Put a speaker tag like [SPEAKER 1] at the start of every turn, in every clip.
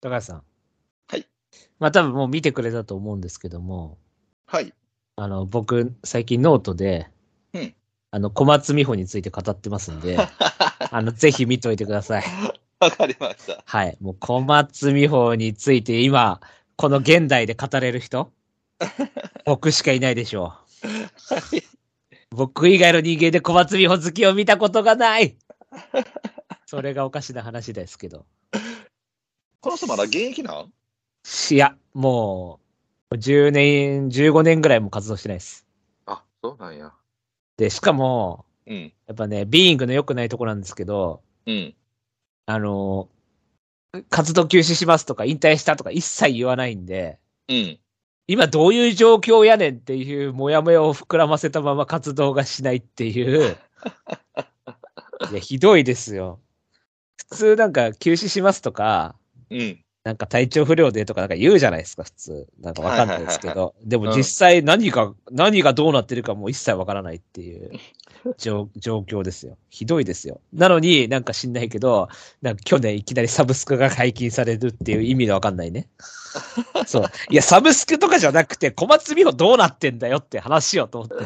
[SPEAKER 1] 高橋さん。
[SPEAKER 2] はい。
[SPEAKER 1] まあ多分もう見てくれたと思うんですけども、
[SPEAKER 2] はい。
[SPEAKER 1] あの、僕、最近ノートで、
[SPEAKER 2] うん
[SPEAKER 1] あの、小松美穂について語ってますんで、 あの、ぜひ見といてください。
[SPEAKER 2] わかりました。
[SPEAKER 1] はい。もう小松美穂について今、この現代で語れる 人僕しかいないでしょ
[SPEAKER 2] はい。
[SPEAKER 1] う。僕以外の人間で小松美穂好きを見たことがないそれがおかしな話ですけど。
[SPEAKER 2] この人まだ現役なん
[SPEAKER 1] いや、もう、10年、15年ぐらいも活動してないです。
[SPEAKER 2] あ、そうなんや。
[SPEAKER 1] で、しかも、
[SPEAKER 2] うん。
[SPEAKER 1] やっぱね、ビーイングの良くないとこなんですけど、
[SPEAKER 2] うん。
[SPEAKER 1] あの、活動休止しますとか、引退したとか一切言わないんで、
[SPEAKER 2] うん。
[SPEAKER 1] 今どういう状況やねんっていう、モヤモヤを膨らませたまま活動がしないっていう。いや、ひどいですよ。普通なんか休止しますとか、
[SPEAKER 2] うん。
[SPEAKER 1] なんか体調不良でとかなんか言うじゃないですか、普通。なんかわかんないですけ
[SPEAKER 2] はい
[SPEAKER 1] ど。でも
[SPEAKER 2] うん
[SPEAKER 1] 実際何が、何がどうなってるかもう一切わからないって いう状状況ですよ。ひどいですよ。なのになんか知んないけど、なんか去年いきなりサブスクが解禁されるっていう意味のわかんない ね。そう。いや、サブスクとかじゃなくて、小松美穂どうなってんだよって話をと思って。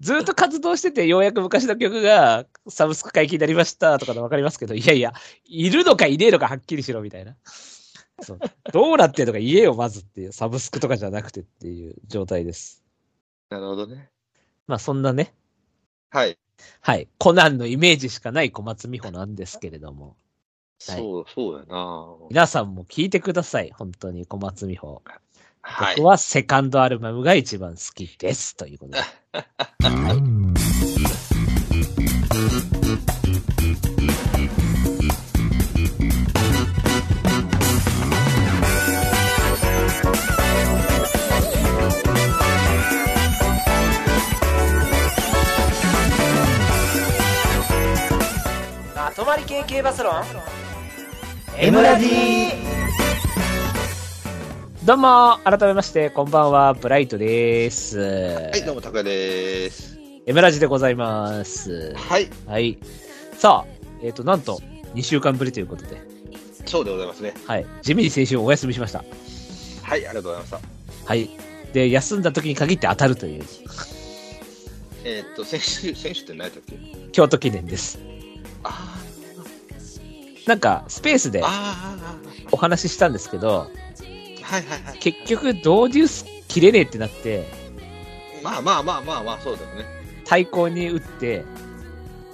[SPEAKER 1] ずっと活動してて、ようやく昔の曲がサブスク解禁になりましたとかでわかりますけど、いやいや、いるのかいねえのかはっきりしろみたいな。そうどうなってんのか言えよ、まずっていう。サブスクとかじゃなくてっていう状態です。
[SPEAKER 2] なるほどね。
[SPEAKER 1] まあそんなね、
[SPEAKER 2] はい。
[SPEAKER 1] はい。コナンのイメージしかない小松美穂なんですけれども、はい
[SPEAKER 2] そう、そうやな。
[SPEAKER 1] 皆さんも聞いてください。本当に小松美穂。
[SPEAKER 2] はい
[SPEAKER 1] 僕。はセカンドアルバムが一番好きです。ということで。はい。まとまり系系バスロン
[SPEAKER 3] M ラジ
[SPEAKER 1] どうも改めましてこんばんはブライトです、
[SPEAKER 2] はい、どうも、高谷です。
[SPEAKER 1] エムラジでございます
[SPEAKER 2] はい。
[SPEAKER 1] はいさあえっ、となんと2週間ぶりということで
[SPEAKER 2] そうでございますね。
[SPEAKER 1] はい地味に先週お休みしました
[SPEAKER 2] はい、ありがとうございました。
[SPEAKER 1] はいで休んだ時に限って当たるという
[SPEAKER 2] えーっと、選手、選手って何やったっけ
[SPEAKER 1] 京都記念です
[SPEAKER 2] あ
[SPEAKER 1] なんかスペース
[SPEAKER 2] ー
[SPEAKER 1] で
[SPEAKER 2] あ
[SPEAKER 1] お話ししたんですけど
[SPEAKER 2] ー、はいはいはい。
[SPEAKER 1] 結局ドーデュース切れねえってなって
[SPEAKER 2] まあまあまあまあまあ、そうだよね。
[SPEAKER 1] 対抗に打って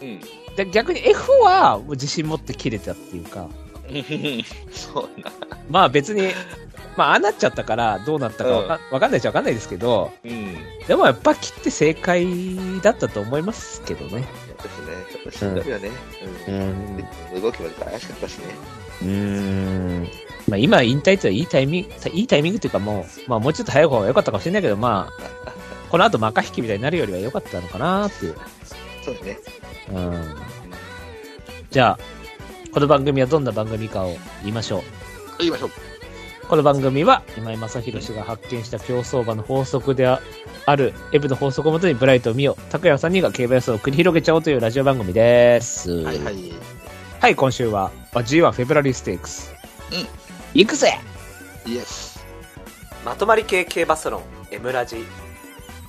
[SPEAKER 2] うん。
[SPEAKER 1] で逆に F はもう自信持って切れたっていうか
[SPEAKER 2] そうやな。
[SPEAKER 1] まあ別に、まあああなっちゃったからどうなったかわか,、わかんないっちゃわかんないですけど、
[SPEAKER 2] うん。
[SPEAKER 1] でもやっぱ切って正解だったと思いますけどね。
[SPEAKER 2] ですね。ちょっとしんどいよね。
[SPEAKER 1] う
[SPEAKER 2] うん
[SPEAKER 1] ん。
[SPEAKER 2] 動きも怪しかったしね。
[SPEAKER 1] うん。まあ今引退っていいタイミング、いいタイミングっていうかもう、まあもうちょっと早い方が良かったかもしれないけど、まあ、この後マカ引きみたいになるよりは良かったのかなっていう。
[SPEAKER 2] そうだね。
[SPEAKER 1] うん。じゃあ、この番組はどんな番組かを言いましょう。
[SPEAKER 2] 言いましょう。
[SPEAKER 1] この番組は今井正弘氏が発見した競走馬の法則であるエブの法則をもとにブライトを見よう拓也さんにが競馬予想を繰り広げちゃおうというラジオ番組です
[SPEAKER 2] はいはい。
[SPEAKER 1] はい今週はまあ G1 フェブラリーステークス
[SPEAKER 2] うん
[SPEAKER 1] 行くぜ
[SPEAKER 2] イエス。
[SPEAKER 1] まとまり系競馬ソロン「エムラジ」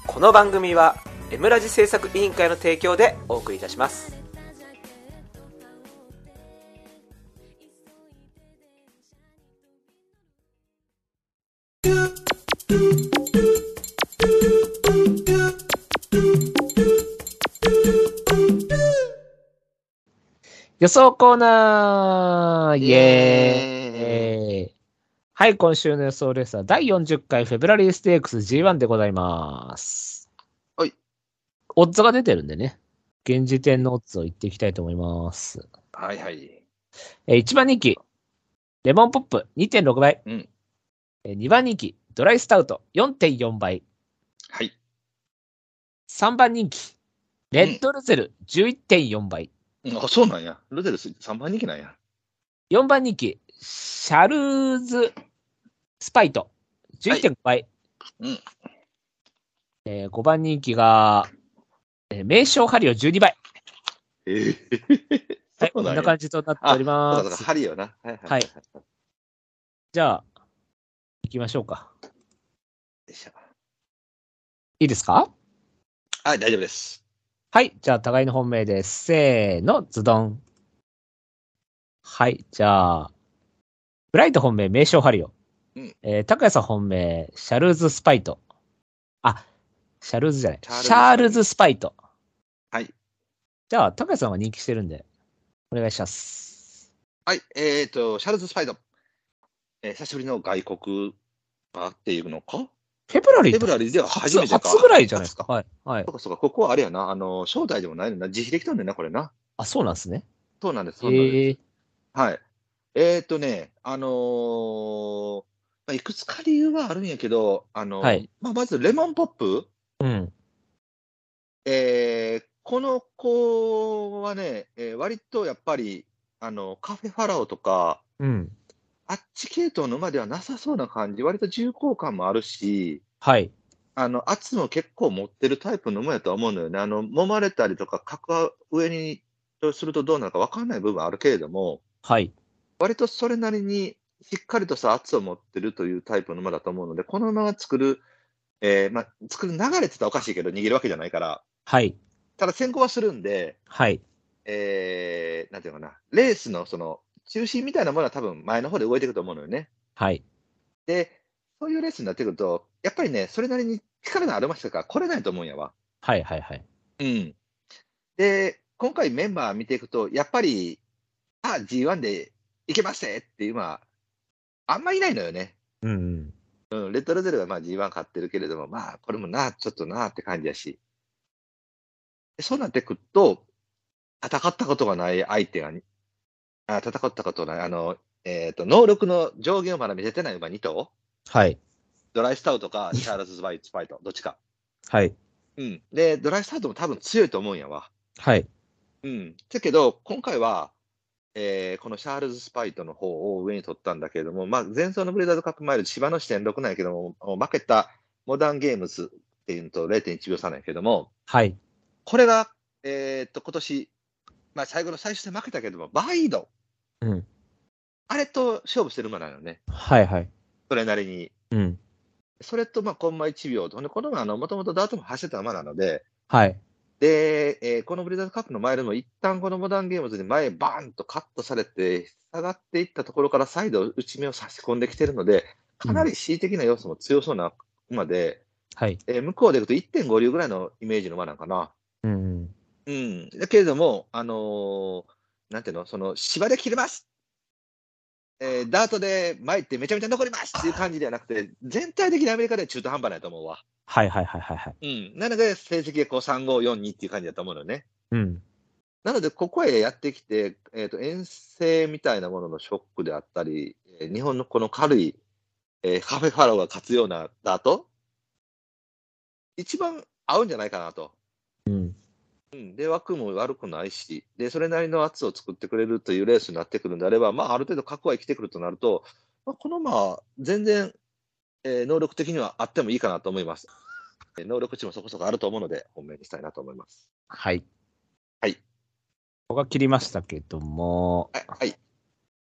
[SPEAKER 1] この番組は「エムラジ」制作委員会の提供でお送りいたします予想コーナーイエーイ
[SPEAKER 2] ーイ。
[SPEAKER 1] えーはい、今週の予想レースは第40回フェブラリーステークス G1 でございます。
[SPEAKER 2] はい。
[SPEAKER 1] オッズが出てるんでね、現時点のオッズを言っていきたいと思います。
[SPEAKER 2] はいはい。
[SPEAKER 1] えー1番人気、レモンポップ2.6倍。
[SPEAKER 2] うん
[SPEAKER 1] えー2番人気、ドライスタウト4.4倍。
[SPEAKER 2] はい。
[SPEAKER 1] 3番人気、レッドルゼル11.4倍。
[SPEAKER 2] あ、そうなんや。ルゼルス3番人気なんや。
[SPEAKER 1] 4番人気、シャルーズ・スパイト11.5倍。
[SPEAKER 2] うん
[SPEAKER 1] え5番人気が、えー名称ハリオ12倍。は
[SPEAKER 2] ええ。
[SPEAKER 1] い、
[SPEAKER 2] そう
[SPEAKER 1] こん
[SPEAKER 2] なんや
[SPEAKER 1] な感じとなっており
[SPEAKER 2] だ
[SPEAKER 1] ま
[SPEAKER 2] から、
[SPEAKER 1] す。
[SPEAKER 2] ハリよな。はい
[SPEAKER 1] はいじゃあ、行きましょうか。
[SPEAKER 2] でした。
[SPEAKER 1] いいですか
[SPEAKER 2] はい、大丈夫です。
[SPEAKER 1] はい。じゃあ、互いの本命です。せーの、ズドン。はい。じゃあ、ブライト本命、名称ハリオ。
[SPEAKER 2] うん
[SPEAKER 1] えー、高谷さん本命、シャルーズ・スパイト。あ、シャルーズじゃない。
[SPEAKER 2] シャールズ
[SPEAKER 1] シャールズ・スパイト。
[SPEAKER 2] はい。
[SPEAKER 1] じゃあ、高谷さんは人気してるんで、お願いします。
[SPEAKER 2] はい、えっ、と、シャールズ・スパイド。えー久しぶりの外国版っていうのか
[SPEAKER 1] フェブラリー
[SPEAKER 2] フェ
[SPEAKER 1] と
[SPEAKER 2] ブラリーでは
[SPEAKER 1] 初
[SPEAKER 2] 初めてか。
[SPEAKER 1] 初ぐらいじゃないですか。
[SPEAKER 2] 初
[SPEAKER 1] はい。はい
[SPEAKER 2] そ。うかそうか、ここはあれやな、あの、招待でもないのな、自費できたんだよな、これな。
[SPEAKER 1] あ、そうなんですね。
[SPEAKER 2] そうなんです、そうなんです。
[SPEAKER 1] えー、
[SPEAKER 2] はい。えっ、とね、あのーまあ、いくつか理由はあるんやけど、あのー
[SPEAKER 1] はい
[SPEAKER 2] まあ、まずレモンポップ、
[SPEAKER 1] うん。
[SPEAKER 2] えーこの子はね、えー割とやっぱり、あのカフェファラオとか、
[SPEAKER 1] うん。
[SPEAKER 2] あっち系統の馬ではなさそうな感じ、割と重厚感もあるし、
[SPEAKER 1] はい。
[SPEAKER 2] あの圧も結構持ってるタイプの馬やとは思うのよね。あの揉まれたりとか、格は上にするとどうなるか分かんない部分はあるけれども、
[SPEAKER 1] はい。
[SPEAKER 2] 割とそれなりにしっかりとした圧を持ってるというタイプの馬だと思うので、この馬が作る、えーまあ、作る流れって言ったらおかしいけど、逃げるわけじゃないから、
[SPEAKER 1] はい。
[SPEAKER 2] ただ先行はするんで、
[SPEAKER 1] はい。
[SPEAKER 2] えーなんていうのかな、レースのその中心みたいなものは多分前の方で動いていくと思うのよね。
[SPEAKER 1] はい。
[SPEAKER 2] で、そういうレースになってくると、やっぱりね、それなりに力のある馬しか来れないと思うんやわ。
[SPEAKER 1] はい。はい。はい。
[SPEAKER 2] うん。で、今回メンバー見ていくと、やっぱり、あ、G1 で行けますねっていう馬は、あんまいないのよね。
[SPEAKER 1] うんうん。
[SPEAKER 2] うん、レッドロゼルがまあ G1 勝ってるけれども、まあ、これもな、ちょっとなって感じやし。でそうなってくると、戦ったことがない相手がに、あ戦ったことない、あの、えっ、と、能力の上限をまだ見せてない馬2頭、
[SPEAKER 1] はい。
[SPEAKER 2] ドライスタウトか、シャールズ・スパイスパイト、どっちか。
[SPEAKER 1] はい。
[SPEAKER 2] うん。で、ドライスタウトも多分強いと思うんやわ。
[SPEAKER 1] はい。
[SPEAKER 2] うん。だけど、今回は、えーこのシャールズ・スパイトの方を上に取ったんだけれども、まあ、前走のブレザーズカップマイル、芝の視点6なんやけども、もう負けたモダンゲームズっていうのと0.1秒差なんやけども、
[SPEAKER 1] はい。
[SPEAKER 2] これが、えーっと、今年、まあ、最後の最終戦負けたけども、バイド。
[SPEAKER 1] うん
[SPEAKER 2] あれと勝負してる馬なのね。
[SPEAKER 1] はい。はい。
[SPEAKER 2] それなりに。
[SPEAKER 1] うん。
[SPEAKER 2] それと、まあ、コンマ1秒と。ほんでこの馬、あの、もともとダートも走ってた馬なので、
[SPEAKER 1] はい。
[SPEAKER 2] で、えーこのブリザーズカップの前でも、一旦このモダンゲームズに前、バーンとカットされて、下がっていったところから再度内目を差し込んできてるので、かなり恣意的な要素も強そうな馬で、
[SPEAKER 1] はい。
[SPEAKER 2] えー向こうでいくと1.5流ぐらいのイメージの馬なんかな。
[SPEAKER 1] うんうん。
[SPEAKER 2] うん。だけれども、あのーなんていうの、その、芝で切れますえーダートで前ってめちゃめちゃ残りますっていう感じではなくて、全体的にアメリカでは中途半端ないと思うわ。
[SPEAKER 1] はい。はい。はい。はい。はい。
[SPEAKER 2] うん。なので、成績がこう3、5、4、2っていう感じだと思うのよね。
[SPEAKER 1] うん。
[SPEAKER 2] なので、ここへやってきて、えーと、遠征みたいなもののショックであったり、えー日本のこの軽い、えーカフェファラオが勝つようなダート、一番合うんじゃないかなと。
[SPEAKER 1] うん。
[SPEAKER 2] うん、で、枠も悪くないし、で、それなりの圧を作ってくれるというレースになってくるんであれば、まあ、ある程度、覚悟は生きてくるとなると、まあ、このまあ、全然、えー能力的にはあってもいいかなと思います。えー能力値もそこそこあると思うので、本命にしたいなと思います。
[SPEAKER 1] はい。
[SPEAKER 2] はい。
[SPEAKER 1] 僕は切りましたけども、
[SPEAKER 2] はい、はい、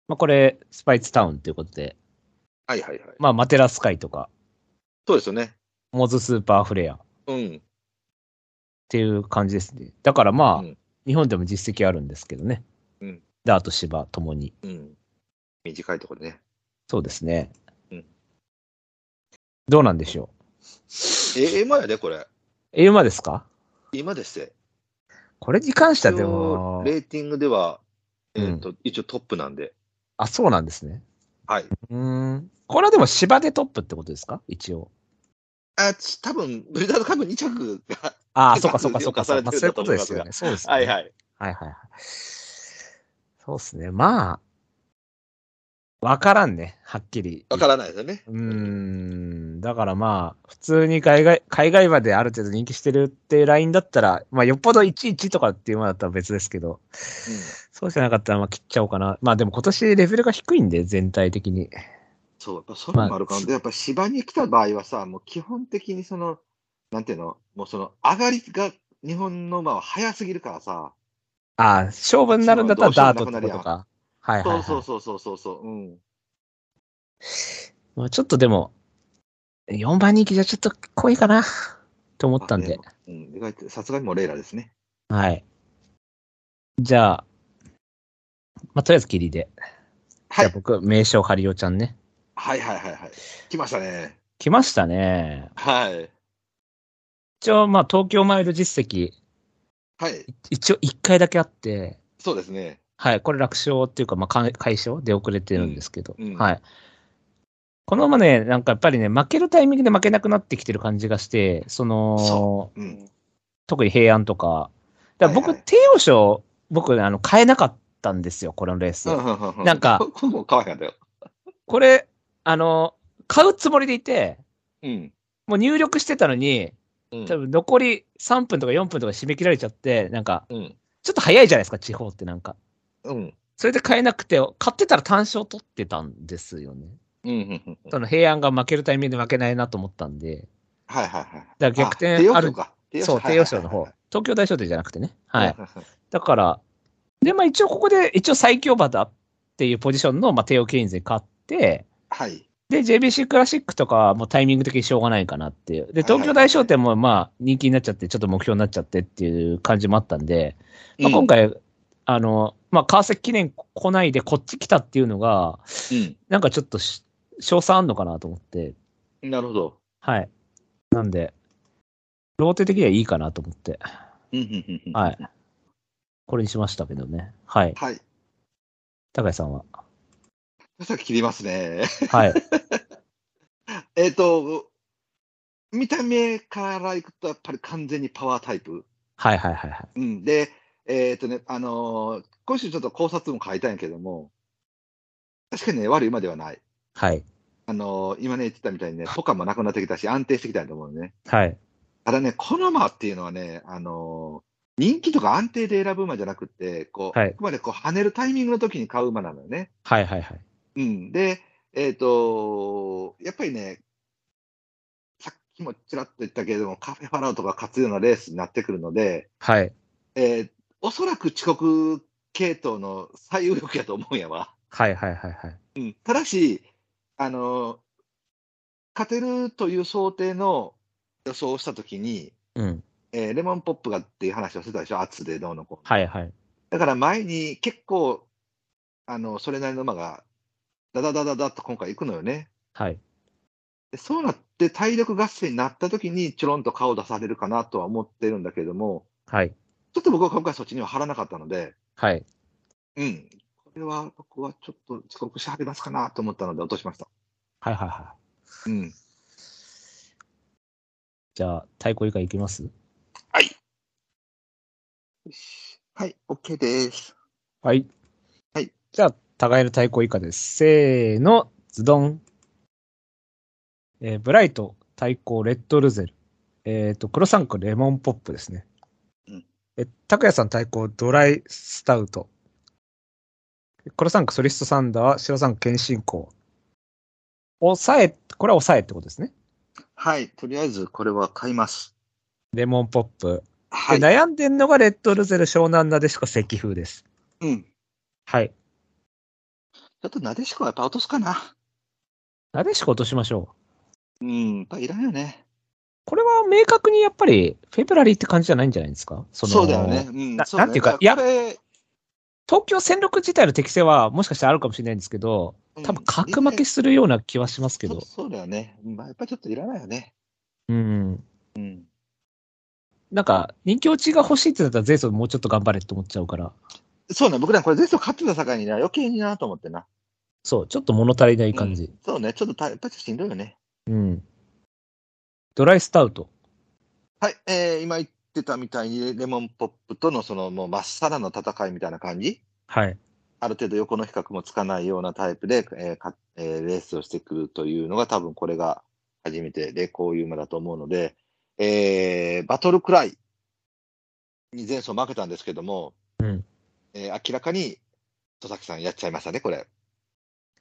[SPEAKER 1] まあ、これ、スパイツタウンということで、
[SPEAKER 2] はい、はい。はい
[SPEAKER 1] まあ、マテラスカイとか、
[SPEAKER 2] そうですよね。
[SPEAKER 1] モズスーパーフレアっ
[SPEAKER 2] うん。
[SPEAKER 1] ていう感じですね。だからまあ、
[SPEAKER 2] うん
[SPEAKER 1] 日本でも実績あるんですけどね。
[SPEAKER 2] うん
[SPEAKER 1] ダート芝ともに。
[SPEAKER 2] うん。短いところでね。
[SPEAKER 1] そうですね。
[SPEAKER 2] うん
[SPEAKER 1] どうなんでしょう。
[SPEAKER 2] え、え、今やで、これ。
[SPEAKER 1] え、馬ですか
[SPEAKER 2] 今ですって。
[SPEAKER 1] これに関してはで
[SPEAKER 2] 一応
[SPEAKER 1] も、
[SPEAKER 2] レーティングでは、えっ、と、一応トップなんで。
[SPEAKER 1] あ、そうなんですね。
[SPEAKER 2] はい。
[SPEAKER 1] うーん。これはでも芝でトップってことですか一応。
[SPEAKER 2] あ、つ多分ブリザードカップ2着が。
[SPEAKER 1] ああ、
[SPEAKER 2] そ
[SPEAKER 1] そうう
[SPEAKER 2] か
[SPEAKER 1] かそうかそうか。
[SPEAKER 2] 評価さ
[SPEAKER 1] ま
[SPEAKER 2] れて
[SPEAKER 1] あ、そう
[SPEAKER 2] るん
[SPEAKER 1] いう
[SPEAKER 2] だと
[SPEAKER 1] こ
[SPEAKER 2] 思
[SPEAKER 1] と
[SPEAKER 2] い
[SPEAKER 1] で
[SPEAKER 2] ます
[SPEAKER 1] す
[SPEAKER 2] が
[SPEAKER 1] よね。そうですね。
[SPEAKER 2] はい
[SPEAKER 1] い。
[SPEAKER 2] はい。
[SPEAKER 1] はいはいはい。そうですね。まあ、わからんね。はっきり。
[SPEAKER 2] わからないですよね。
[SPEAKER 1] うーん。だからまあ、普通に海外、海外まである程度人気してるっていうラインだったら、まあ、よっぽど11とかっていうものだったら別ですけど、そうじゃなかったらまあ切っちゃおうかな。まあでも今年レベルが低いんで、全体的に。
[SPEAKER 2] そう、やっぱそれもあるから、
[SPEAKER 1] ま
[SPEAKER 2] でやっぱ芝に来た場合はさ、もう基本的にその、なんていうの、もうその、上がりが日本の馬は早すぎるからさ。
[SPEAKER 1] ああ、勝負になるんだったらダートってことか。はいはい、は
[SPEAKER 2] そう
[SPEAKER 1] い。
[SPEAKER 2] そうそうそうそうそう。うん。
[SPEAKER 1] まあちょっとでも、4番人気じゃちょっと濃いかなと思ったんで。
[SPEAKER 2] うん、意外と、さすがにもうレイラですね。
[SPEAKER 1] はい。じゃあ、まあとりあえず霧で。
[SPEAKER 2] は
[SPEAKER 1] じゃあ
[SPEAKER 2] い。
[SPEAKER 1] 僕、名称ハリオちゃんね。
[SPEAKER 2] はいはいはいはい。来ましたね。
[SPEAKER 1] 来ましたね。
[SPEAKER 2] はい。
[SPEAKER 1] 一応、まあ東京マイル実績、
[SPEAKER 2] はい。
[SPEAKER 1] 一応1回だけあって、
[SPEAKER 2] そうですね。
[SPEAKER 1] はい、これ楽勝っていうか、まあ、解解消で遅れてるんですけど、
[SPEAKER 2] うんうん
[SPEAKER 1] はい。このままね、なんかやっぱりね、負けるタイミングで負けなくなってきてる感じがして、その、
[SPEAKER 2] そうん。
[SPEAKER 1] 特に平安とか。だから僕、
[SPEAKER 2] はいはい
[SPEAKER 1] 帝王賞、僕ね、あの、変えなかったんですよ、このレース。な
[SPEAKER 2] なん
[SPEAKER 1] か
[SPEAKER 2] ここれも可愛かったよ。
[SPEAKER 1] これ、あの、買うつもりでいて、
[SPEAKER 2] うん。
[SPEAKER 1] もう入力してたのに、
[SPEAKER 2] うん
[SPEAKER 1] 多分残り3分とか4分とか締め切られちゃって、なんか、
[SPEAKER 2] うん。
[SPEAKER 1] ちょっと早いじゃないですか、地方ってなんか。
[SPEAKER 2] うん。
[SPEAKER 1] それで買えなくて、買ってたら単勝取ってたんですよね。
[SPEAKER 2] うんうんうん
[SPEAKER 1] その平安が負けるタイミングで負けないなと思ったんで、
[SPEAKER 2] はいはいはい。
[SPEAKER 1] だから逆転
[SPEAKER 2] 帝王賞
[SPEAKER 1] ある
[SPEAKER 2] か。
[SPEAKER 1] そう、帝王賞の方
[SPEAKER 2] は、
[SPEAKER 1] 東京大賞典じゃなくてね。
[SPEAKER 2] いは
[SPEAKER 1] はいい。
[SPEAKER 2] はい。
[SPEAKER 1] だから、で、まあ一応ここで、一応最強馬だっていうポジションの、まあ、帝王ケインズに勝って、
[SPEAKER 2] はい。
[SPEAKER 1] で、JBC クラシックとかはもうタイミング的にしょうがないかなっていう。で、
[SPEAKER 2] はいはい
[SPEAKER 1] 東京大賞典もまあ人気になっちゃって、ちょっと目標になっちゃってっていう感じもあったんで、まあ、今回、あの、まあ川崎記念来ないでこっち来たっていうのが、
[SPEAKER 2] うん。
[SPEAKER 1] なんかちょっとし、賞賛あんのかなと思って、
[SPEAKER 2] うんなるほど。
[SPEAKER 1] はい。なんで、ローテ的にはいいかなと思って、
[SPEAKER 2] うんうんうんうん
[SPEAKER 1] はい。これにしましたけどね。はい。
[SPEAKER 2] はい。
[SPEAKER 1] 高井さんは。
[SPEAKER 2] さっき切りますね。
[SPEAKER 1] はい。
[SPEAKER 2] えっと、見た目からいくと、やっぱり完全にパワータイプ。
[SPEAKER 1] はいはいはいはい。
[SPEAKER 2] うん。で、えっとね、あのー今週ちょっと考察も書いたんやけども、確かにね、悪い馬ではない。
[SPEAKER 1] はい。
[SPEAKER 2] あのー今ね、言ってたみたいにね、ポカもなくなってきたし、安定してきたと思うね。
[SPEAKER 1] はい。
[SPEAKER 2] ただね、この馬っていうのはね、あのー人気とか安定で選ぶ馬じゃなくて、こう、
[SPEAKER 1] はい
[SPEAKER 2] あくまでこう跳ねるタイミングの時に買う馬なのよね。
[SPEAKER 1] はいはいはい。
[SPEAKER 2] うん。で、えっ、とやっぱりね、さっきもちらっと言ったけれども、カフェファラオとか勝つようなレースになってくるので、
[SPEAKER 1] はい。
[SPEAKER 2] えーおそらく遅刻系統の最有力やと思うんやわ。
[SPEAKER 1] はいはいはいはい。
[SPEAKER 2] うん。ただし、あのー勝てるという想定の予想をしたときに、
[SPEAKER 1] うん。
[SPEAKER 2] えーレモンポップがっていう話をしてたでしょ、圧でどうのこうの。
[SPEAKER 1] はいはい。
[SPEAKER 2] だから前に結構、あのそれなりの馬が、ダダダダダっと今回行くのよね。
[SPEAKER 1] はい。
[SPEAKER 2] でそうなって体力合戦になった時に、ちょろんと顔を出されるかなとは思ってるんだけれども、
[SPEAKER 1] はい。
[SPEAKER 2] ちょっと僕は今回そっちには張らなかったので、
[SPEAKER 1] はい。
[SPEAKER 2] うん、これは僕はちょっと遅刻しはりますかなと思ったので落としました。
[SPEAKER 1] はいはいはい。
[SPEAKER 2] うん、
[SPEAKER 1] じゃあ、太鼓以外いきます
[SPEAKER 2] はい、OK です。
[SPEAKER 1] はい。
[SPEAKER 2] はい。
[SPEAKER 1] じゃあ、互いの対抗以下です。せーの、ズドン。えーブライト、対抗、レッドルゼル。えっ、と、黒三区、レモンポップですね。
[SPEAKER 2] うん。
[SPEAKER 1] え、拓也さん対抗、ドライスタウト。黒三区、ソリストサンダー、白三区、謙信公。抑え、これは抑えってことですね。
[SPEAKER 2] はい、とりあえずこれは買います。
[SPEAKER 1] レモンポップ。
[SPEAKER 2] はい、
[SPEAKER 1] で悩んでんのが、レッドルゼル、湘南なでしこ、石風です。
[SPEAKER 2] うん。ち
[SPEAKER 1] はい。
[SPEAKER 2] ょっとなでしこはやっぱ落とすかな。
[SPEAKER 1] なでしこ落としましょう。
[SPEAKER 2] うん、やっぱいらんよね。
[SPEAKER 1] これは明確にやっぱり、フェブラリーって感じじゃないんじゃないですかその
[SPEAKER 2] そうだよね。うん
[SPEAKER 1] な
[SPEAKER 2] そだ
[SPEAKER 1] なん
[SPEAKER 2] ね
[SPEAKER 1] ていうか
[SPEAKER 2] だらこれ
[SPEAKER 1] 東京戦力自体の適性は、もしかしたらあるかもしれないんですけど、多分格負けするような気はしますけ
[SPEAKER 2] うん
[SPEAKER 1] ど
[SPEAKER 2] そ。そうだよね。まあ、やっぱちょっといらないよね。
[SPEAKER 1] うん。
[SPEAKER 2] うん。
[SPEAKER 1] なんか、人気落ちが欲しいってなったら、ゼイソンもうちょっと頑張れって思っちゃうから、
[SPEAKER 2] そうね、僕らこれ全然勝ってた境にな、余計になと思ってな。
[SPEAKER 1] そう、ちょっと物足りない感じ。
[SPEAKER 2] そうね、ちょっとたやっぱりしんどいよね。
[SPEAKER 1] うん。ドライスタウト。
[SPEAKER 2] はい、えー今言ってたみたいに、レモンポップとのそのもうまっさらの戦いみたいな感じ。
[SPEAKER 1] はい。
[SPEAKER 2] ある程度横の比較もつかないようなタイプで、えーかえーレースをしてくるというのが多分これが初めてで、こういう馬だと思うので、えーバトルクライに前走負けたんですけども、
[SPEAKER 1] うん
[SPEAKER 2] えー明らかに戸崎さんやっちゃいましたね、これ。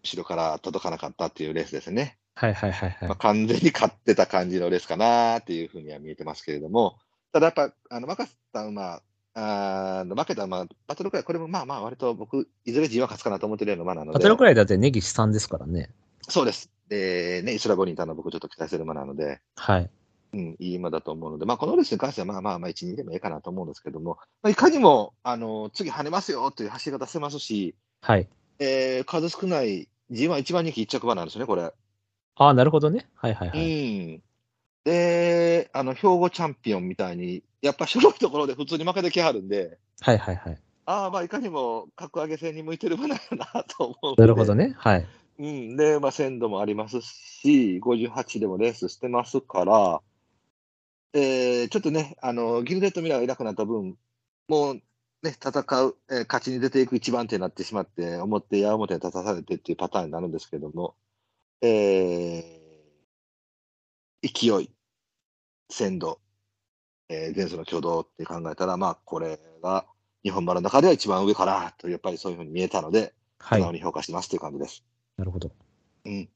[SPEAKER 2] 後ろから届かなかったっていうレースですね。
[SPEAKER 1] はいはいはいはい
[SPEAKER 2] まあ、。完全に勝ってた感じのレースかなっていうふうには見えてますけれども、ただやっぱ、あの、負けた馬、あー負けた馬、バトルクライ、これもまあまあ、割と僕、いずれ G1 勝つかなと思ってるような馬なので、
[SPEAKER 1] バトルくらいだってネギ資産ですからね。
[SPEAKER 2] そうです。えーね、イスラ・ボニータの僕ちょっと期待する馬なので、
[SPEAKER 1] はい。
[SPEAKER 2] うん、いい馬だと思うので、まあ、このレースに関しては、まあまあまあ、1、2でもいいかなと思うんですけども、まあ、いかにも、あの、次跳ねますよという走りが出せますし、
[SPEAKER 1] はい。
[SPEAKER 2] えー数少ない G1 一番人気一着馬なんですよね、これ。
[SPEAKER 1] ああ、なるほどね。はいはいはい。
[SPEAKER 2] うん。で、あの、兵庫チャンピオンみたいに、やっぱ白いところで普通に負けてきはるんで、
[SPEAKER 1] はいはいはい。
[SPEAKER 2] ああ、まあ、いかにも格上げ戦に向いてる馬なんやなと思うんで。
[SPEAKER 1] なるほどね。はい。
[SPEAKER 2] うん、で、まあ、鮮度もありますし、58でもレースしてますから、えーちょっとね、あのギルデット・ミラーがいなくなった分、もう、ね、戦う、えー勝ちに出ていく一番手になってしまって、表や表に立たされてっていうパターンになるんですけども、えー勢い、鮮度、えー前走の挙動って考えたら、まあ、これが日本馬の中では一番上かなと、やっぱりそういうふうに見えたので、素
[SPEAKER 1] はい。
[SPEAKER 2] 直に評価してますという感じです。
[SPEAKER 1] なるほど。
[SPEAKER 2] うん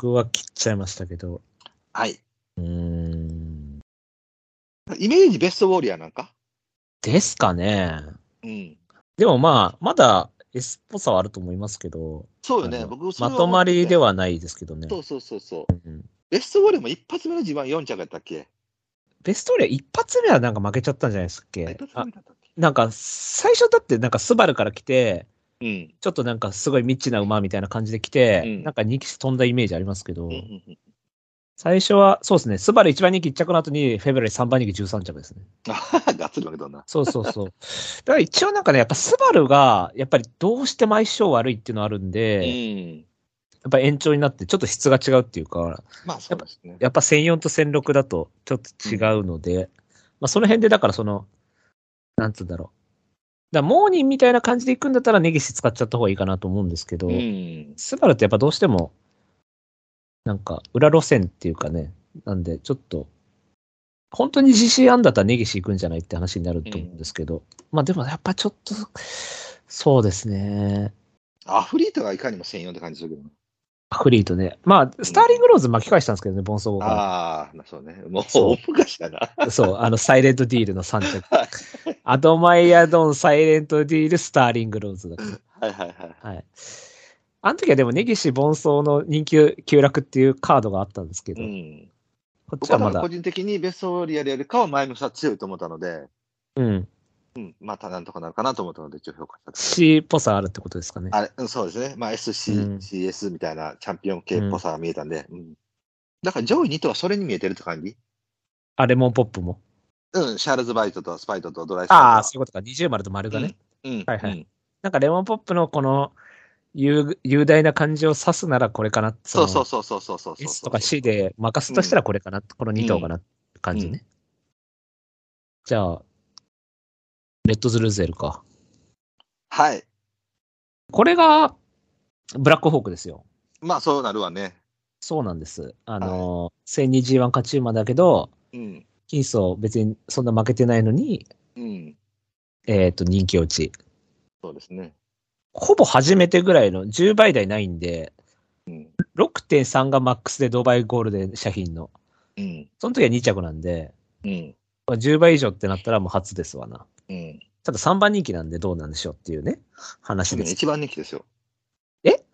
[SPEAKER 1] 僕は切っちゃいましたけど。
[SPEAKER 2] はい。
[SPEAKER 1] うーん。
[SPEAKER 2] イメージベストウォーリアーなんか
[SPEAKER 1] ですかね。
[SPEAKER 2] うん。
[SPEAKER 1] でもまあ、まだ S っぽさはあると思いますけど。
[SPEAKER 2] そうよね。
[SPEAKER 1] あの
[SPEAKER 2] 僕それ
[SPEAKER 1] ま
[SPEAKER 2] は
[SPEAKER 1] とまりで
[SPEAKER 2] 思っ
[SPEAKER 1] はないですけどね
[SPEAKER 2] て。。そうそうそうそうう。
[SPEAKER 1] ん
[SPEAKER 2] ベストウォーリアーも一発目の自慢4着やったっけ
[SPEAKER 1] ベストレー一発目はなんか負けちゃったんじゃないですっ
[SPEAKER 2] あ
[SPEAKER 1] け
[SPEAKER 2] 一発
[SPEAKER 1] あ
[SPEAKER 2] 目だったっけ
[SPEAKER 1] なんか最初だってなんかスバルから来て、
[SPEAKER 2] うん。
[SPEAKER 1] ちょっとなんかすごい未知な馬みたいな感じで来て、
[SPEAKER 2] うん
[SPEAKER 1] なんか2騎飛んだイメージありますけど、
[SPEAKER 2] うんうん うん
[SPEAKER 1] 最初はそうですね、スバル1番人気1着の後にフェブレー3番人気13着ですね。
[SPEAKER 2] あははがっつり負けたな。
[SPEAKER 1] そうそうそう。だから一応なんかね、やっぱスバルがやっぱりどうしても相性悪いっていうのはあるんで、
[SPEAKER 2] う
[SPEAKER 1] や
[SPEAKER 2] ん。
[SPEAKER 1] っぱ延長になってちょっと質が違うっていうか、
[SPEAKER 2] まあそうですね。
[SPEAKER 1] やっぱ1004と1006だとちょっと違うので、まあその辺でだからその、なんつうんだろう。だからモーニンみたいな感じで行くんだったらネギシ使っちゃった方がいいかなと思うんですけど、
[SPEAKER 2] うん。
[SPEAKER 1] スバルってやっぱどうしても、なんか裏路線っていうかね、なんでちょっと、本当に自信あんだったらネギシ行くんじゃないって話になると思うんですけど、まあでもやっぱちょっと、そうですね。
[SPEAKER 2] アフリートがいかにも1004って感じするけどな。
[SPEAKER 1] アフリートね。まあ、スターリングローズ巻き返したんですけどね、ボンソボから。
[SPEAKER 2] ああ、まあそうね。もう
[SPEAKER 1] そう
[SPEAKER 2] 大昔だな。
[SPEAKER 1] そう、あの、サイレントディールの3着
[SPEAKER 2] はい。
[SPEAKER 1] アドマイヤドン、サイレントディール、スターリングローズだった
[SPEAKER 2] はいはいはい。
[SPEAKER 1] はい。あの時はでも、根岸盆走の人気急落っていうカードがあったんですけ
[SPEAKER 2] う
[SPEAKER 1] ど、
[SPEAKER 2] ん。
[SPEAKER 1] こっち
[SPEAKER 2] 僕
[SPEAKER 1] は
[SPEAKER 2] はま
[SPEAKER 1] まだ
[SPEAKER 2] だ個、人的にベストウォーリアーよりかは前の差強いと思ったので、
[SPEAKER 1] うん、
[SPEAKER 2] うん、またなんとかなるかなと思ったので、一応評価したんですけど
[SPEAKER 1] C っぽさあるってことですかね。
[SPEAKER 2] あれ、うんそうですね。まあ、
[SPEAKER 1] うん
[SPEAKER 2] SCCS みたいなチャンピオン系っぽさが見えたんで。うんだから上位2頭はそれに見えてるって感じ
[SPEAKER 1] あ、レモンポップも。
[SPEAKER 2] うん、シャールズ・バイトとスパイトとドライス
[SPEAKER 1] ああ、そういうことか。二重丸と丸がね。
[SPEAKER 2] う。うん。
[SPEAKER 1] はいはい
[SPEAKER 2] うん
[SPEAKER 1] なんか、レモンポップのこの、雄雄大な感じを指すならこれかなって。
[SPEAKER 2] そうそう
[SPEAKER 1] そ
[SPEAKER 2] そうそうそうそうそう。
[SPEAKER 1] の S とか C で任すとしたらこれかな。この2頭かなって感じね。
[SPEAKER 2] うん
[SPEAKER 1] じゃあ、レッドズルーゼルか。
[SPEAKER 2] はい。
[SPEAKER 1] これが、ブラックホークですよ。
[SPEAKER 2] まあ、そうなるわね。
[SPEAKER 1] そうなんです。あの、1002G1 勝ち馬だけど、
[SPEAKER 2] うん。
[SPEAKER 1] 金層別にそんな負けてないのに、
[SPEAKER 2] うん。
[SPEAKER 1] えっ、と、人気落ち。
[SPEAKER 2] そうですね。
[SPEAKER 1] ほぼ初めてぐらいの10倍台ないんで、
[SPEAKER 2] うん。
[SPEAKER 1] 6.3がマックスでドバイゴールデン社品の。
[SPEAKER 2] うん。
[SPEAKER 1] その時は2着なんで、
[SPEAKER 2] うん。
[SPEAKER 1] まあ10倍以上ってなったらもう初ですわな。
[SPEAKER 2] うん。
[SPEAKER 1] ただ3番人気なんでどうなんでしょうっていうね、話
[SPEAKER 2] 去
[SPEAKER 1] で
[SPEAKER 2] 年
[SPEAKER 1] す。
[SPEAKER 2] 一番人気ですよ。
[SPEAKER 1] え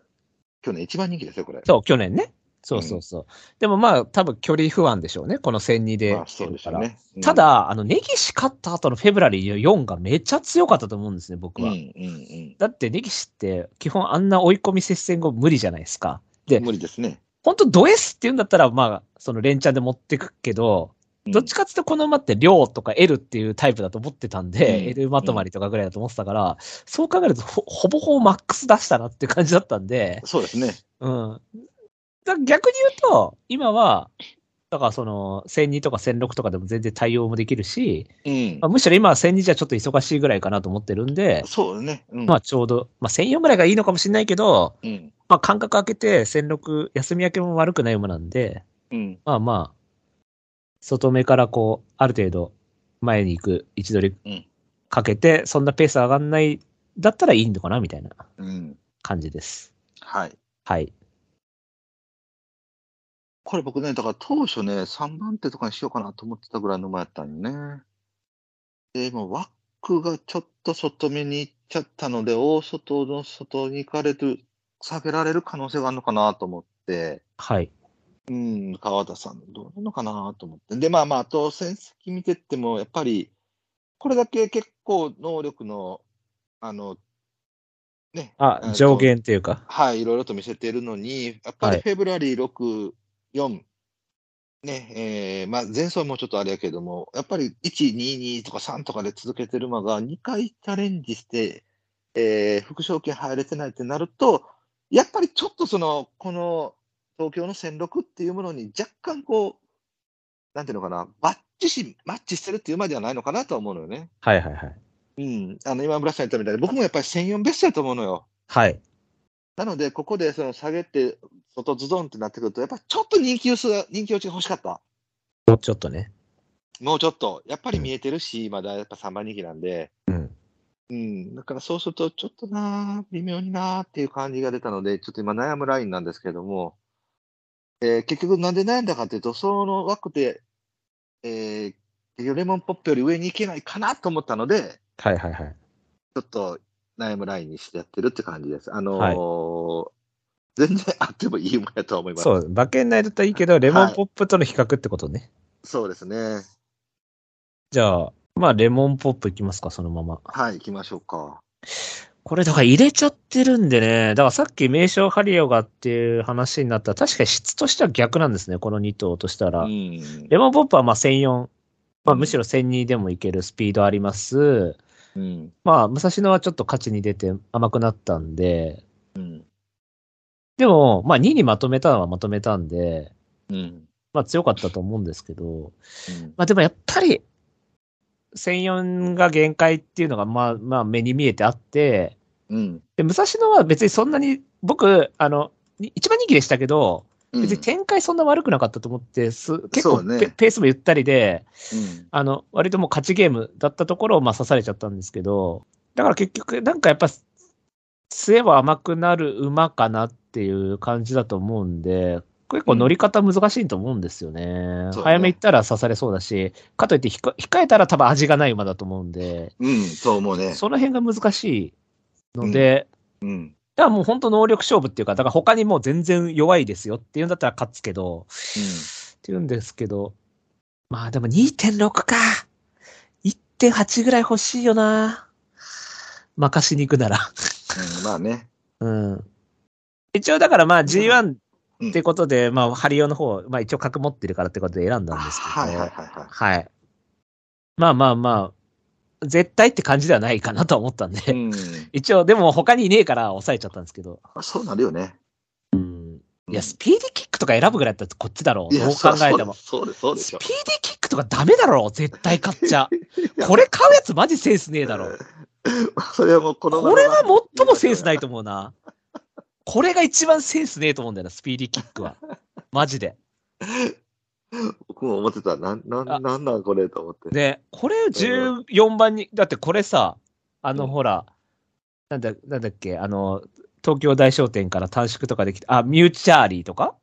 [SPEAKER 2] 去年一番人気ですよ、これ。
[SPEAKER 1] そう、去年ね。そうそうそう。でもまあ、多分距離不安でしょうね。この1002で
[SPEAKER 2] まあ、
[SPEAKER 1] 来て
[SPEAKER 2] そう
[SPEAKER 1] る
[SPEAKER 2] でし
[SPEAKER 1] か
[SPEAKER 2] ょ
[SPEAKER 1] ら。
[SPEAKER 2] うね。うん
[SPEAKER 1] た、だ、あの、ネギシ勝った後のフェブラリー4がめちゃ強かったと思うんですね、僕
[SPEAKER 2] うん、う
[SPEAKER 1] は。
[SPEAKER 2] ん、
[SPEAKER 1] だって、ネギシって、基本あんな追い込み接戦後無理じゃないですか。
[SPEAKER 2] う
[SPEAKER 1] で
[SPEAKER 2] ん。無理ですね。
[SPEAKER 1] 本当ド S って言うんだったら、まあ、その連チャンで持ってくけど、どっちか
[SPEAKER 2] か。
[SPEAKER 1] っていうとこの馬って、量とか L っていうタイプだと思ってたんで、
[SPEAKER 2] うん
[SPEAKER 1] L まとまりとかぐらいだと思ってたから、そう考えるとほ、ほぼほぼマックス出したなっていう感じだったんで、
[SPEAKER 2] そうですね。
[SPEAKER 1] うん。だ逆に言うと、今は、だからその、1002とか1006とかでも全然対応もできるし、
[SPEAKER 2] うん
[SPEAKER 1] まあ、。むしろ今は1002じゃちょっと忙しいぐらいかなと思ってるんで、
[SPEAKER 2] そうね。うん
[SPEAKER 1] まあちょうど、まあ1004ぐらいがいいのかもしれないけど、
[SPEAKER 2] うん。
[SPEAKER 1] まあ間隔空けて1006、休み明けも悪くない馬なんで、
[SPEAKER 2] うん。
[SPEAKER 1] まあまあ、外目からこう、ある程度前に行く位置取
[SPEAKER 2] う
[SPEAKER 1] り
[SPEAKER 2] ん
[SPEAKER 1] かけて、そんなペース上がんないだったらいいのかなみたいな
[SPEAKER 2] うん。
[SPEAKER 1] 感じです。
[SPEAKER 2] はい。
[SPEAKER 1] はい。
[SPEAKER 2] これ僕ね、だから当初ね、3番手とかにしようかなと思ってたぐらいの馬やったんよね。で、もうワックがちょっと外目に行っちゃったので、大外の外に行かれる、下げられる可能性があるのかなと思って、
[SPEAKER 1] はい。
[SPEAKER 2] うん、川田さん、どうなのかなと思って。で、まあまあ、あと、戦績見てっても、やっぱり、これだけ結構能力の、あの、ね、えー
[SPEAKER 1] あ、
[SPEAKER 2] と
[SPEAKER 1] 上限というか。
[SPEAKER 2] はい、いろいろと見せてるのに、やっぱ
[SPEAKER 1] は
[SPEAKER 2] り
[SPEAKER 1] い
[SPEAKER 2] フェブラリー6、4、ね、えーまあ前走もちょっとあれやけども、やっぱり1、2、2とか3とかで続けてる馬が2回チャレンジして、えー、副賞金入れてないってなると、やっぱりちょっとその、この東京の戦6っていうものに若干こう、なんていうのかな、マッチし、マッチしてるっていう馬ではないのかなとは思うのよね。
[SPEAKER 1] はいはいはい。
[SPEAKER 2] うん。あの、今村さん言ったみたいに、僕もやっぱり1004ベストやと思うのよ。
[SPEAKER 1] はい。
[SPEAKER 2] なので、ここでその下げて、外ズドンってなってくると、やっぱちょっと人気薄が、人気落ちが欲しかった。
[SPEAKER 1] もうちょっとね。
[SPEAKER 2] もうちょっと。やっぱり見えてるし、まだやっぱ3番人気なんで。
[SPEAKER 1] うん。
[SPEAKER 2] うん。だからそうすると、ちょっとなー微妙になーっていう感じが出たので、ちょっと今悩むラインなんですけれども、えー結局なんで悩んだかっていうと、その枠で、えー、結局レモンポップより上に行けないかなと思ったので、
[SPEAKER 1] はいはいはい。
[SPEAKER 2] ちょっと悩むラインにしてやってるって感じです。あのー全然あってもいいもんやとは思います。
[SPEAKER 1] そう、
[SPEAKER 2] そう
[SPEAKER 1] 馬券内だったらいいけど、レモンポップとの比較ってことね。
[SPEAKER 2] ですね。
[SPEAKER 1] じゃあ、まあ、レモンポップいきますか、そのまま。
[SPEAKER 2] はい、行きましょうか。
[SPEAKER 1] これ、だから入れちゃってるんでね、だからさっき名称ハリオがっていう話になったら、確かに質としては逆なんですね、この2頭とした
[SPEAKER 2] う
[SPEAKER 1] ら。
[SPEAKER 2] ん。
[SPEAKER 1] レモンポップはまあ1004、まあむしろ1002でもいけるスピードあります。
[SPEAKER 2] うん。
[SPEAKER 1] まあ、武蔵野はちょっと価値に出て甘くなったんで、
[SPEAKER 2] うん。
[SPEAKER 1] でも、まあ2にまとめたのはまとめたんで、
[SPEAKER 2] うん。
[SPEAKER 1] まあ強かったと思うんですけど、
[SPEAKER 2] うん
[SPEAKER 1] まあでもやっぱり、1004が限界っていうのが、まあまあ目に見えてあって、
[SPEAKER 2] うん。
[SPEAKER 1] で、武蔵野は別にそんなに、僕、あの、に一番人気でしたけど、
[SPEAKER 2] うん
[SPEAKER 1] 別に展開そんな悪くなかったと思って、す結構
[SPEAKER 2] そう
[SPEAKER 1] ペ,、
[SPEAKER 2] ね
[SPEAKER 1] ペースもゆったりで、
[SPEAKER 2] うん
[SPEAKER 1] あの、割ともう勝ちゲームだったところを、まあ刺されちゃったんですけど、だから結局、なんかやっぱ、末は甘くなる馬かなっていう感じだと思うんで、結構乗り方難しいと思うんですよね。
[SPEAKER 2] そうね
[SPEAKER 1] 早め行ったら刺されそうだし、かといってひか控えたら多分味がない馬だと思うんで、
[SPEAKER 2] うん。そう思うね。
[SPEAKER 1] その辺が難しいので、
[SPEAKER 2] うん。
[SPEAKER 1] だからもう本当能力勝負っていうか、だから他にもう全然弱いですよっていうんだったら勝つけど、っていうんですけど、まあでも2.6か。1.8ぐらい欲しいよな。任しに行くなら。
[SPEAKER 2] うん。まあね。
[SPEAKER 1] うん。一応だからまあ G1
[SPEAKER 2] うん
[SPEAKER 1] ってことで、まあハリオの方、まあ一応角持ってるからってことで選んだんですけど。
[SPEAKER 2] はいはいはいは
[SPEAKER 1] はい。まあまあまあ、絶対って感じではないかなと思ったんで。
[SPEAKER 2] い。うん。
[SPEAKER 1] 一応、でも他にいねえから抑えちゃったんですけど。
[SPEAKER 2] まあそうなるよね。うん
[SPEAKER 1] いや、スピーディーキックとか選ぶぐらいだったらこっちだろう。
[SPEAKER 2] いや
[SPEAKER 1] どう考えても。
[SPEAKER 2] そうです、そうで
[SPEAKER 1] ス
[SPEAKER 2] す
[SPEAKER 1] ピ
[SPEAKER 2] よ
[SPEAKER 1] ーディー。キックとかダメだろう。絶対買っちゃ
[SPEAKER 2] い。や
[SPEAKER 1] これ買うやつマジセンスねえだろ。
[SPEAKER 2] それはもうこの
[SPEAKER 1] これが
[SPEAKER 2] も
[SPEAKER 1] 最もセンスないと思うな。これが一番センスねえと思うんだよな、スピーディーキックは。マジで。
[SPEAKER 2] 僕も思ってた。なん、なん、
[SPEAKER 1] あ
[SPEAKER 2] なんなんこれと思って。
[SPEAKER 1] ね、これ14番に、だってこれさ、あの、
[SPEAKER 2] うん
[SPEAKER 1] ほら、なんだ、なんだっけ、あの、東京大商店から短縮とかできた、あ、ミューチャーリーとか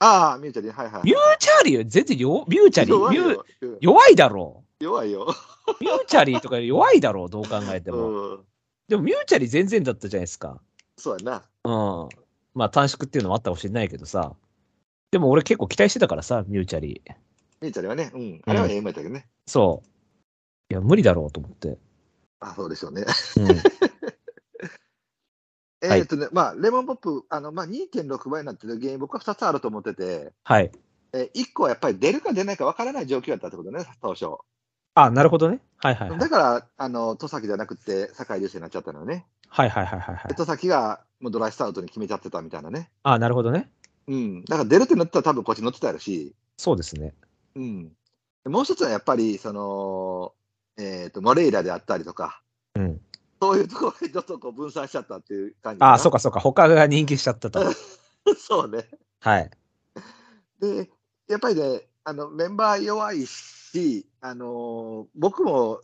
[SPEAKER 2] ああ、ミューチャリー、はいはい。
[SPEAKER 1] ミューチャーリーより全然よ、ミューチャリー、
[SPEAKER 2] 弱
[SPEAKER 1] ミ
[SPEAKER 2] い
[SPEAKER 1] ュー
[SPEAKER 2] よ。うん
[SPEAKER 1] 弱いだろう。
[SPEAKER 2] 弱いよ。
[SPEAKER 1] ミューチャリーとかより弱いだろう、どう考えても。
[SPEAKER 2] うん。
[SPEAKER 1] でもミューチャリー全然だったじゃないですか。
[SPEAKER 2] そうやな。
[SPEAKER 1] うん。まあ短縮っていうのもあったかもしれないけどさ。でも俺結構期待してたからさ、ミューチャリー。
[SPEAKER 2] ミューチャリーはね、うん。あれはええ馬やったけどね。
[SPEAKER 1] そう。いや、無理だろうと思って。
[SPEAKER 2] あ、そうでしょうね。
[SPEAKER 1] うん。
[SPEAKER 2] え
[SPEAKER 1] はい
[SPEAKER 2] ーっとね、まあ、レモンポップ、あの、まあ、2.6倍になってる原因、僕は2つあると思ってて、
[SPEAKER 1] はい。
[SPEAKER 2] え1個はやっぱり出るか出ないか分からない状況だったってことね、当初。
[SPEAKER 1] あ、なるほどね。はいはいはい。
[SPEAKER 2] だから、あの、戸崎じゃなくて、酒井流星になっちゃったのよね。
[SPEAKER 1] はいはいはいはいは
[SPEAKER 2] で
[SPEAKER 1] い。
[SPEAKER 2] 戸崎がもうドライスタウトに決めちゃってたみたいなね。
[SPEAKER 1] あ、なるほどね。
[SPEAKER 2] うん。だから出るってなったら多分こっち乗ってたやろし、
[SPEAKER 1] そうですね。
[SPEAKER 2] うん。でもう一つはやっぱり、その、えーっと、モレイラであったりとか、
[SPEAKER 1] うん。
[SPEAKER 2] そういうところでちょっとこう分散しちゃったっていう感じかな
[SPEAKER 1] あ、そう。かそうか。他が人気しちゃったと。
[SPEAKER 2] そうね。
[SPEAKER 1] はい。
[SPEAKER 2] で、やっぱりね、あのメンバー弱いし、あのー僕も、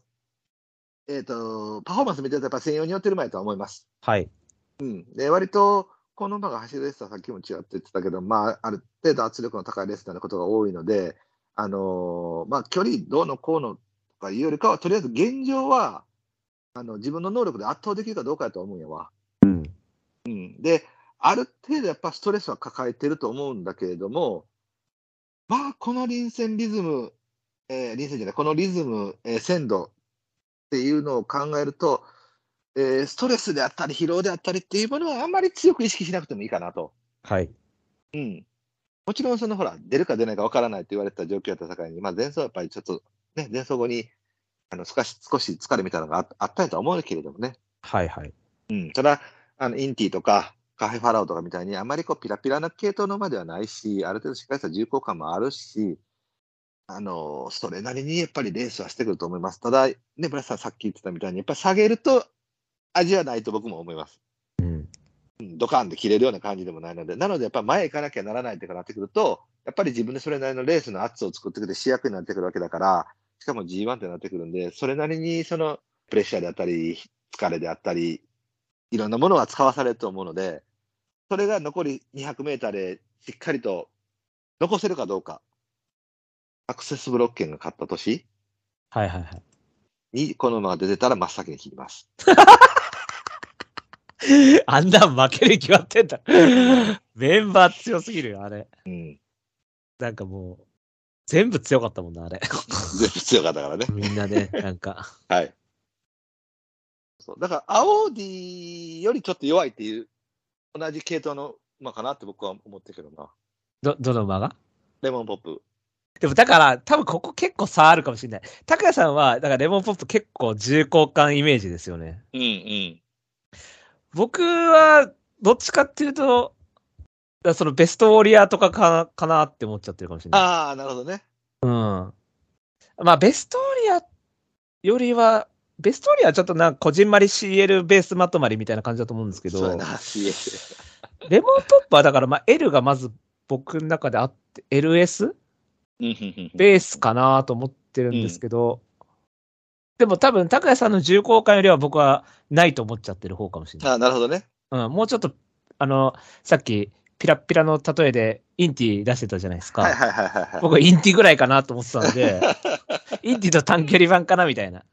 [SPEAKER 2] えー、とパフォーマンス見てると、やっぱ専用に寄ってる前とは思います。
[SPEAKER 1] はい。
[SPEAKER 2] で、割とこの馬が走るレースはさっきも違って言ってたけど、まあ、ある程度圧力の高いレースになることが多いので、あのーまあ、距離どうのこうのとかいうよりかは、とりあえず現状は、あの自分の能力で圧倒できるかどうかやと思うんやわ。
[SPEAKER 1] うん。
[SPEAKER 2] うん、で、ある程度やっぱストレスは抱えてると思うんだけれども、まあ、この臨戦リズム、えー臨戦じゃない、このリズム、えー鮮度っていうのを考えると、えーストレスであったり疲労であったりっていうものはあんまり強く意識しなくてもいいかなと。
[SPEAKER 1] はい。
[SPEAKER 2] もちろん、そのほら、出るか出ないかわからないって言われてた状況やった境に、まあ、前走はやっぱりちょっと、ね、前走後に、あの少し、少し疲れみたいなのがああったんやとは思うけれどもね。
[SPEAKER 1] はいはい。
[SPEAKER 2] うん、ただあの、インティとかカフェファラオとかみたいに、あまりこうピラピラな系統の馬ではないし、ある程度しっかりした重厚感もあるし、あのそれなりにやっぱりレースはしてくると思います。ただ、ね、村瀬さん、さっき言ってたみたいに、やっぱり下げると味はないと僕も思います。
[SPEAKER 1] うん。
[SPEAKER 2] うんドカンで切れるような感じでもないので、なので、やっぱり前へ行かなきゃならないってなってくると、やっぱり自分でそれなりのレースの圧を作ってくて、主役になってくるわけだから、しかも G1 ってなってくるんで、それなりにそのプレッシャーであったり、疲れであったり、いろんなものは使わされると思うので、それが残り200メーターでしっかりと残せるかどうか、アクセスブロック券が勝った年
[SPEAKER 1] はいはいはい。
[SPEAKER 2] に、この馬が出てたら真っ先に切ります。
[SPEAKER 1] あんなん負ける気はってんだ。メンバー強すぎるよ、あれ。
[SPEAKER 2] うん。
[SPEAKER 1] なんかもう、全部強かったもんな、あれ。
[SPEAKER 2] 全部強かったからね。
[SPEAKER 1] みんな ね、なんか。
[SPEAKER 2] はい。そうだから、アオーディよりちょっと弱いっていう、同じ系統の馬かなって僕は思ってるけどな。
[SPEAKER 1] ど、どの馬が
[SPEAKER 2] レモンポップ。
[SPEAKER 1] でもだから、多分ここ結構差あるかもしれない。高谷さんは、だからレモンポップ結構重厚感イメージですよね。
[SPEAKER 2] うんうん。
[SPEAKER 1] 僕は、どっちかっていうと、だからそのベストウォリアーとかかかなって思っちゃってるかもしれない。
[SPEAKER 2] ああ、なるほどね。
[SPEAKER 1] うん。まあ、ベストウォリアーよりは、ベストウォリアーはちょっとなんか、こじんまり CL ベースまとまりみたいな感じだと思うんですけ
[SPEAKER 2] そうや
[SPEAKER 1] ど
[SPEAKER 2] な、、CA
[SPEAKER 1] レモンポップはだから、まあ、L がまず僕の中であって、LS? ベースかなと思ってるんですけど、でも多分、高谷さんの重厚感よりは僕はないと思っちゃってる方かもしれない。
[SPEAKER 2] ああ、なるほどね。
[SPEAKER 1] うん、もうちょっと、あの、さっき、ピラッピラの例えで、インティ出してたじゃないですか。
[SPEAKER 2] はいはいはいはいは
[SPEAKER 1] 僕、インティぐらいかなと思ってたん で、インティと短距離版かなみたいな。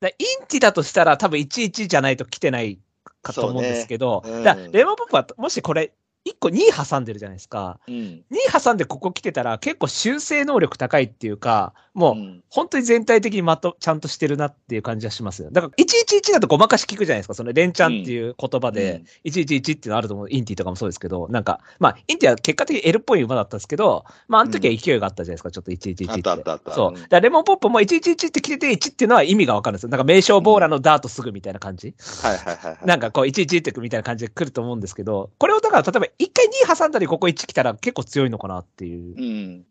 [SPEAKER 1] だインティだとしたら、多分11じゃないと来てないかと思うんですけど、
[SPEAKER 2] そうねうん
[SPEAKER 1] だからレモンポップは、もしこれ、1個2挟んでるじゃないですか。
[SPEAKER 2] い。うん。
[SPEAKER 1] 2挟んでここ来てたら、結構修正能力高いっていうか、もう、
[SPEAKER 2] うん
[SPEAKER 1] 本当に全体的にまと、ちゃんとしてるなっていう感じはしますよ。だから、111だとごまかし聞くじゃないですか。その、連チャンっていう言葉で、111っていうのあると思う。インティとかもそうですけど、なんか、まあ、インティは結果的に L っぽい馬だったんですけど、まあ、あの時は勢いがあったじゃないですか。ちょっと111って。
[SPEAKER 2] あったあったあった
[SPEAKER 1] そうう。
[SPEAKER 2] ん
[SPEAKER 1] だから、レモンポップも111って切れて1っていうのは意味がわかるんですよ。なんか、名称ボーラーのダートすぐみたいな感じ。
[SPEAKER 2] はいはいはいはい。
[SPEAKER 1] なんかこう、11ってみたいな感じで来ると思うんですけど、これをだから、例えば、一回2挟んだり、ここ1来たら結構強いのかなっていう
[SPEAKER 2] う。ん。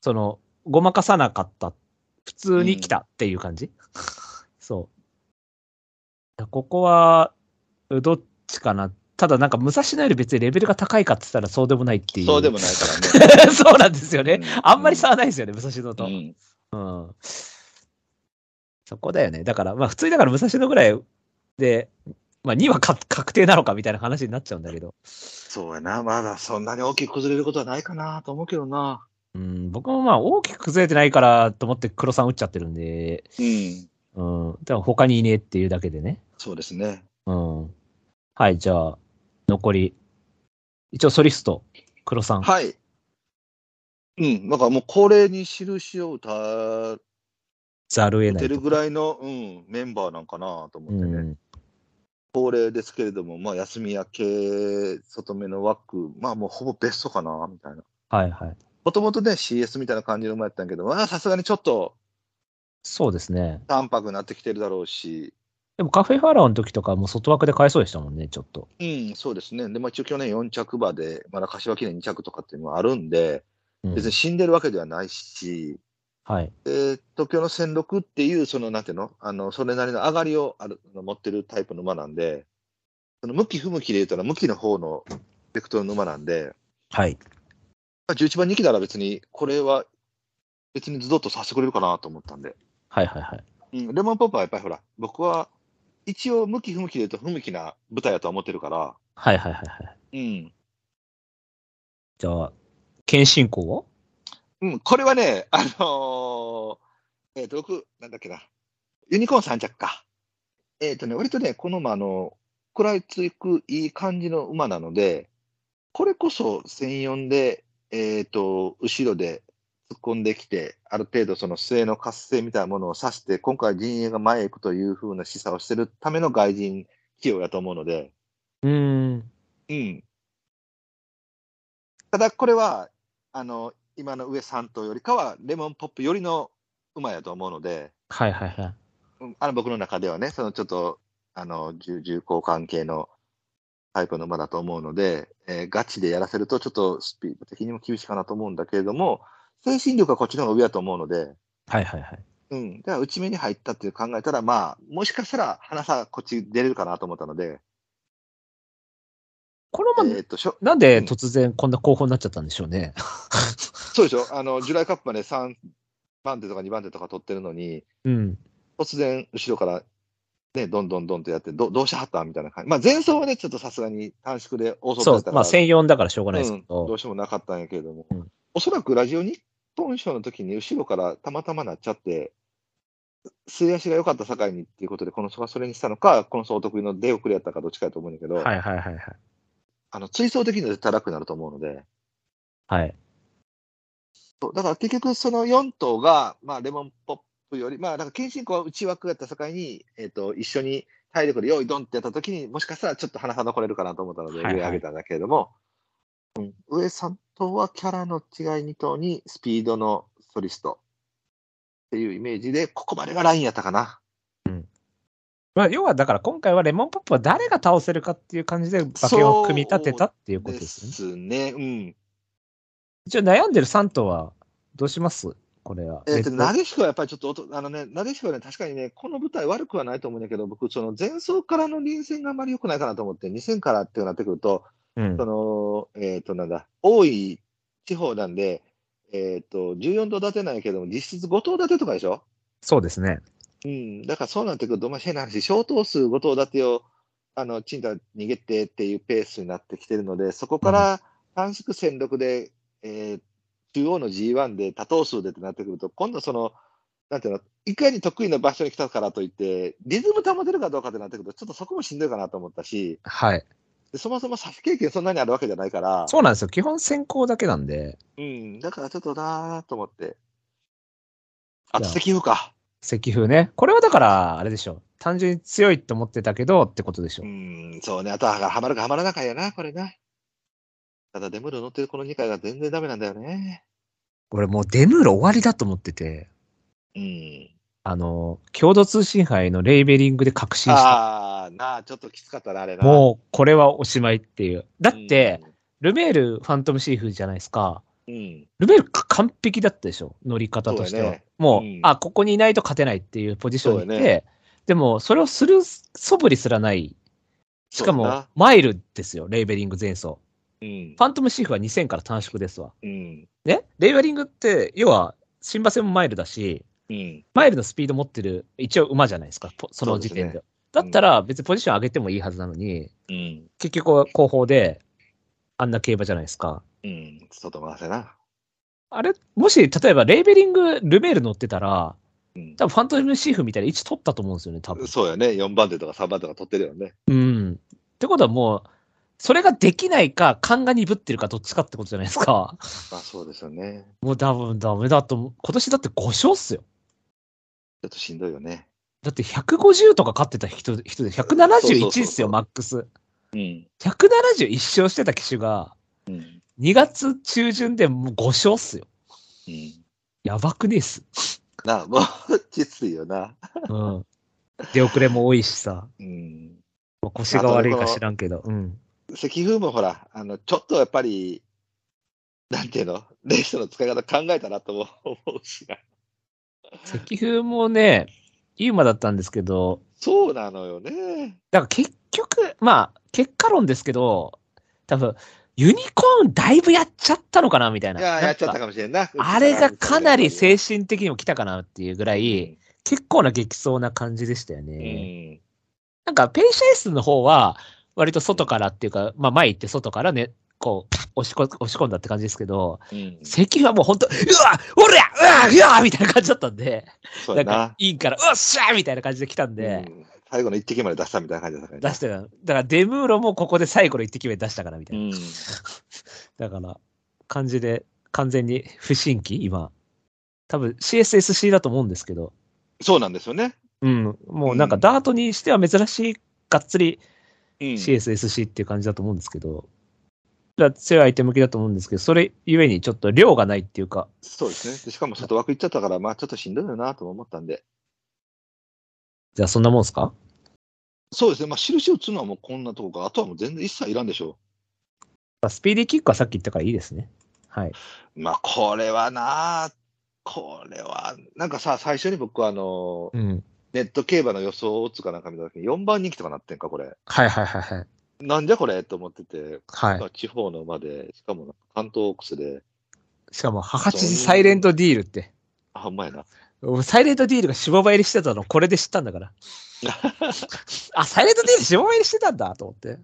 [SPEAKER 1] その、ごまかさなかった。普通に来たっていう感じ、 そう。いやここは、どっちかな。ただなんか、武蔵野より別にレベルが高いかって言ったらそうでもないっていう。
[SPEAKER 2] そうでも
[SPEAKER 1] な
[SPEAKER 2] ないからね。
[SPEAKER 1] い。 そうなんですよね。
[SPEAKER 2] うん
[SPEAKER 1] あんまり差はないですよね、武蔵野と。
[SPEAKER 2] うん。
[SPEAKER 1] うん。そこだよね。だから、まあ普通にだから武蔵野ぐらいで、まあ2はか確定なのかみたいな話になっちゃうんだけど。
[SPEAKER 2] そうやな。まだそんなに大きく崩れることはないかなと思うけどな。
[SPEAKER 1] うん、僕もまあ大きく崩れてないからと思って黒さん打っちゃってるんで、
[SPEAKER 2] うん。
[SPEAKER 1] うん、でも他にいねえっていうだけでね。
[SPEAKER 2] そうですね。
[SPEAKER 1] うん。はい、じゃあ、残り。一応ソリスト、黒さん。
[SPEAKER 2] はい。うん。なんかもう恒例に印を打
[SPEAKER 1] ざるを得
[SPEAKER 2] た
[SPEAKER 1] な
[SPEAKER 2] て
[SPEAKER 1] いと。
[SPEAKER 2] るぐらいの、うん、メンバーなんかなと思ってね。
[SPEAKER 1] うん。
[SPEAKER 2] 恒例ですけれども、まあ、休み明け、外目の枠、まあもうほぼベストかな、みたいな。
[SPEAKER 1] はいはい。
[SPEAKER 2] もともとね、CS みたいな感じの馬やったんやけど、まあさすがにちょっと
[SPEAKER 1] そうですね。
[SPEAKER 2] 淡白になってきてるだろうし、
[SPEAKER 1] でもカフェファラオの時とかもう外枠で買えそうでしたもんね、ちょっと。
[SPEAKER 2] うん、そうですね。で、まあ、一応去年4着馬で、まだ柏記念2着とかっていうのはあるんで、
[SPEAKER 1] うん
[SPEAKER 2] 別に死んでるわけではないし、
[SPEAKER 1] はい。
[SPEAKER 2] で東京の戦六っていう、その、なんていうの、あの、それなりの上がりをある持ってるタイプの馬なんで、その向き不向きで言うたら、向きの方のベクトルの馬なんで、
[SPEAKER 1] はい。
[SPEAKER 2] まあ、11番2期なら別に、これは別にズドッとさせてくれるかなと思ったんで、
[SPEAKER 1] はいはいはい。
[SPEAKER 2] うん、レモンポップはやっぱりほら、僕は一応向き不向きで言うと不向きな舞台やとは思ってるから、
[SPEAKER 1] はいはいはいはい。
[SPEAKER 2] うん、
[SPEAKER 1] じゃあ、謙信公を
[SPEAKER 2] うん、これはね、あのー、えっ、と、僕、なんだっけな、ユニコーン3着か。えっ、とね、割とね、この馬、あの、食らいつくいい感じの馬なので、これこそ1004で、えっ、と、後ろで突っ込んできて、ある程度その末の活性みたいなものを指して、今回陣営が前へ行くという風な示唆をしてるための外人起用だと思うので、
[SPEAKER 1] うん。
[SPEAKER 2] うん。ただこれは、あの、今の上3頭よりかは、レモンポップよりの馬やと思うので、
[SPEAKER 1] はいはいはい。
[SPEAKER 2] うんあの僕の中ではね、そのちょっと、あの、重重厚関係のタイプの馬だと思うので、えーガチでやらせると、ちょっとスピード的にも厳しいかなと思うんだけれども、精神力はこっちの方が上だと思うので、
[SPEAKER 1] はいはいはい。
[SPEAKER 2] うん、だから内目に入ったって考えたら、まあ、もしかしたら、花さこっち出れるかなと思ったので、
[SPEAKER 1] このま
[SPEAKER 2] え
[SPEAKER 1] ま、
[SPEAKER 2] ーっとしょ、
[SPEAKER 1] なんで突然こんな候補になっちゃったんでしょうね。
[SPEAKER 2] そうでしょ、あの、ジュライカップまで3番手とか2番手とか取ってるのに、
[SPEAKER 1] うん。
[SPEAKER 2] 突然、後ろから、ね、どんどんどんとやって、どどうしはったみたいな感じ。まあ、前走はね、ちょっとさすがに短縮で大外
[SPEAKER 1] そ
[SPEAKER 2] だっ
[SPEAKER 1] う
[SPEAKER 2] た、か
[SPEAKER 1] まあ
[SPEAKER 2] ら、
[SPEAKER 1] 専用だからしょうがないです
[SPEAKER 2] う
[SPEAKER 1] け
[SPEAKER 2] ん、ど
[SPEAKER 1] ど。
[SPEAKER 2] うしてもなかったんやけれども、
[SPEAKER 1] うん
[SPEAKER 2] おそらくラジオ日本賞の時に後ろからたまたまなっちゃって、すり足が良かった境にっていうことで、この人がそれにしたのか、この人お得意の出遅れやったかどっちかやと思うんだけど、
[SPEAKER 1] はいはいはいはい。
[SPEAKER 2] あの追走的には絶対楽になると思うので、
[SPEAKER 1] はい。
[SPEAKER 2] そうだから結局、その4頭が、まあ、レモンポップより、まあ、なんか謙信公は内枠やった境に、えっと一緒に体力で用意ドンってやった時に、もしかしたらちょっと鼻差残れるかなと思ったので、
[SPEAKER 1] はいはい
[SPEAKER 2] 上上げたんだけれども、うん、上3頭はキャラの違い2頭にスピードのソリストっていうイメージで、ここまでがラインやったかな。
[SPEAKER 1] まあ要はだから今回はレモンポップは誰が倒せるかっていう感じで馬券を組み立てたっていうこと
[SPEAKER 2] で
[SPEAKER 1] ですよね。
[SPEAKER 2] すね。うん。
[SPEAKER 1] 一応悩んでる3頭はどうしますこれは。
[SPEAKER 2] えっ
[SPEAKER 1] 別
[SPEAKER 2] と、なでしこはやっぱりちょっとおと、あのね、なでしこはね、確かにね、この舞台悪くはないと思うんだけど、僕、その前走からの臨戦があまり良くないかなと思って、2000からってなってくると、
[SPEAKER 1] うん
[SPEAKER 2] その、えっ、と、なんだ、多い地方なんで、えっ、と、14頭立てないけども、実質5頭立てとかでしょ
[SPEAKER 1] そうですね。
[SPEAKER 2] うん、だからそうなってくると、まあ、変な話、小頭数5頭立てを、あの、賃貸逃げてっていうペースになってきてるので、そこから短縮戦力で、えー中央の G1 で多頭数でってなってくると、今度その、なんていうの、いかに得意な場所に来たからといって、リズム保てるかどうかってなってくると、ちょっとそこもしんどいかなと思ったし、
[SPEAKER 1] はい。
[SPEAKER 2] でそもそも差し経験そんなにあるわけじゃないから、
[SPEAKER 1] そうなんですよ。基本先行だけなんで、
[SPEAKER 2] うん、だからちょっとなーと思って。あと
[SPEAKER 1] いや
[SPEAKER 2] 石油か。
[SPEAKER 1] 石風ね。これはだから、あれでしょう。単純に強いと思ってたけどってことでしょ
[SPEAKER 2] う
[SPEAKER 1] う。
[SPEAKER 2] ん、そうね。あとは、はまるかはまらなかやな、これな。ただ、デムール乗ってるこの2回が全然ダメなんだよね。
[SPEAKER 1] 俺もうデムール終わりだと思ってて、
[SPEAKER 2] うん。
[SPEAKER 1] あの、共同通信杯のレーベリングで確信した。
[SPEAKER 2] ああ、なあ、ちょっときつかったな、あれな。
[SPEAKER 1] もう、これはおしまいっていう。だ
[SPEAKER 2] う
[SPEAKER 1] って、、ルメール、ファントムシーフじゃないですか。
[SPEAKER 2] うん。
[SPEAKER 1] ルメールか完璧だったでしょ乗り方としては。
[SPEAKER 2] そうだね
[SPEAKER 1] もう、
[SPEAKER 2] うん
[SPEAKER 1] あ、ここにいないと勝てないっていうポジションにいて、
[SPEAKER 2] そうだ
[SPEAKER 1] でも、それをする素振りすらない。しか
[SPEAKER 2] そうだ
[SPEAKER 1] も
[SPEAKER 2] な、
[SPEAKER 1] マイルですよ、レーベリング前走。
[SPEAKER 2] うん
[SPEAKER 1] フ。ァントムシーフは2000から短縮ですわ。
[SPEAKER 2] うん。
[SPEAKER 1] ねレーベリングって、要は、新馬戦もマイルだし、
[SPEAKER 2] うん。
[SPEAKER 1] マイルのスピード持ってる、一応馬じゃないですか、ポその時点
[SPEAKER 2] そう
[SPEAKER 1] で。
[SPEAKER 2] で
[SPEAKER 1] だったら、別にポジション上げてもいいはずなのに、
[SPEAKER 2] うん。
[SPEAKER 1] 結局は後方で、あんな競馬じゃないですか。
[SPEAKER 2] うん。外回せな。
[SPEAKER 1] あれ、もし、例えば、レーベリング、ルメール乗ってたら、
[SPEAKER 2] うん
[SPEAKER 1] 多分ファントムシーフみたいな位置取ったと思うんですよね、多分。
[SPEAKER 2] そうやね。4番手とか3番手とか取ってるよね。
[SPEAKER 1] うん。ってことはもう、それができないか、勘が鈍ってるか、どっちかってことじゃないですか。
[SPEAKER 2] まあ、そうですよね。
[SPEAKER 1] もう多分ダメだと思う。今年だって5勝っすよ。
[SPEAKER 2] ちょっとしんどいよね。
[SPEAKER 1] だって150とか勝ってた人人で
[SPEAKER 2] そうそうそうそ
[SPEAKER 1] 171
[SPEAKER 2] う
[SPEAKER 1] っすよ、マックス。
[SPEAKER 2] うん。
[SPEAKER 1] 171勝してた騎手が、
[SPEAKER 2] うん。
[SPEAKER 1] 2月中旬でもう5勝っすよ。
[SPEAKER 2] うん。
[SPEAKER 1] やばくねえっす。
[SPEAKER 2] なあ、もう、きついよな。
[SPEAKER 1] うん。出遅れも多いしさ。
[SPEAKER 2] うん。
[SPEAKER 1] まあ腰が悪いか知らんけど。うん。
[SPEAKER 2] 石風もほら、あの、ちょっとやっぱり、なんていうの、レースの使い方考えたなとも 思うしな。
[SPEAKER 1] 石風もね、いい馬だったんですけど、
[SPEAKER 2] そうなのよね。
[SPEAKER 1] だから結局、まあ、結果論ですけど、多分、ユニコーンだいぶやっちゃったのかなみたい
[SPEAKER 2] い
[SPEAKER 1] な。
[SPEAKER 2] や、
[SPEAKER 1] な
[SPEAKER 2] や
[SPEAKER 1] ん
[SPEAKER 2] っちゃった
[SPEAKER 1] か
[SPEAKER 2] かもしれんな。
[SPEAKER 1] あれがかなり精
[SPEAKER 2] 神
[SPEAKER 1] 神的にも来たかなっていうぐらい、結構な激走な感じでしたよね。なんか、ペイシェイスの方は、割と外からっていうか、まあ前行って外からね、こう、押しこ押し込んだって感じですけど、
[SPEAKER 2] うん。うん。
[SPEAKER 1] 石油はもう本当、うわおりゃうわうわみたいな感じだったんで、
[SPEAKER 2] そう
[SPEAKER 1] な
[SPEAKER 2] や
[SPEAKER 1] んか
[SPEAKER 2] な。
[SPEAKER 1] 委員から、うっしゃーみたいな感じで来たんで、
[SPEAKER 2] うん最後の一滴まで出したみたいな感じだったから
[SPEAKER 1] 出
[SPEAKER 2] ね。
[SPEAKER 1] してた。だからデムーロもここで最後の一滴目出したからみたいな。だから、感じで、完全に不審期、今。多分 CSSC だと思うんですけど、
[SPEAKER 2] うん。そうなんですよね。
[SPEAKER 1] うん、もうなんかダートにしては珍しい、がっつり
[SPEAKER 2] うん。
[SPEAKER 1] CSSC っていう感じだと思うんですけど、だから強い相手向きだと思うんですけど、それゆえにちょっと量がないっていうか、
[SPEAKER 2] そうですね。でしかも外枠行っちゃったから、まあちょっとしんどいよなとも思ったんで。
[SPEAKER 1] じゃあそんなもんすか
[SPEAKER 2] そうですね。まあ印を打つのはもうこんなとこか。あとはもう全然一切いらんでしょ
[SPEAKER 1] まあスピーディーキックはさっき言ったからいいですね。はい。
[SPEAKER 2] う。まあこれはなこれは、なんかさ、最初に僕はあの、
[SPEAKER 1] うん。
[SPEAKER 2] ネット競馬の予想を打つかなんか見た時に4番人気とかなってんか、これ。
[SPEAKER 1] はいはいはいはい。
[SPEAKER 2] なんじゃこれと思ってて、
[SPEAKER 1] はい。
[SPEAKER 2] 地方の馬で、しかもなんか関東オークスで、
[SPEAKER 1] しかも、母父サイレントディールって。
[SPEAKER 2] あ、うまいな。
[SPEAKER 1] 俺サイレントディールが芝ば入りしてたの、これで知ったんだ から。あ、サイレントディール芝ば入りしてたんだと思って。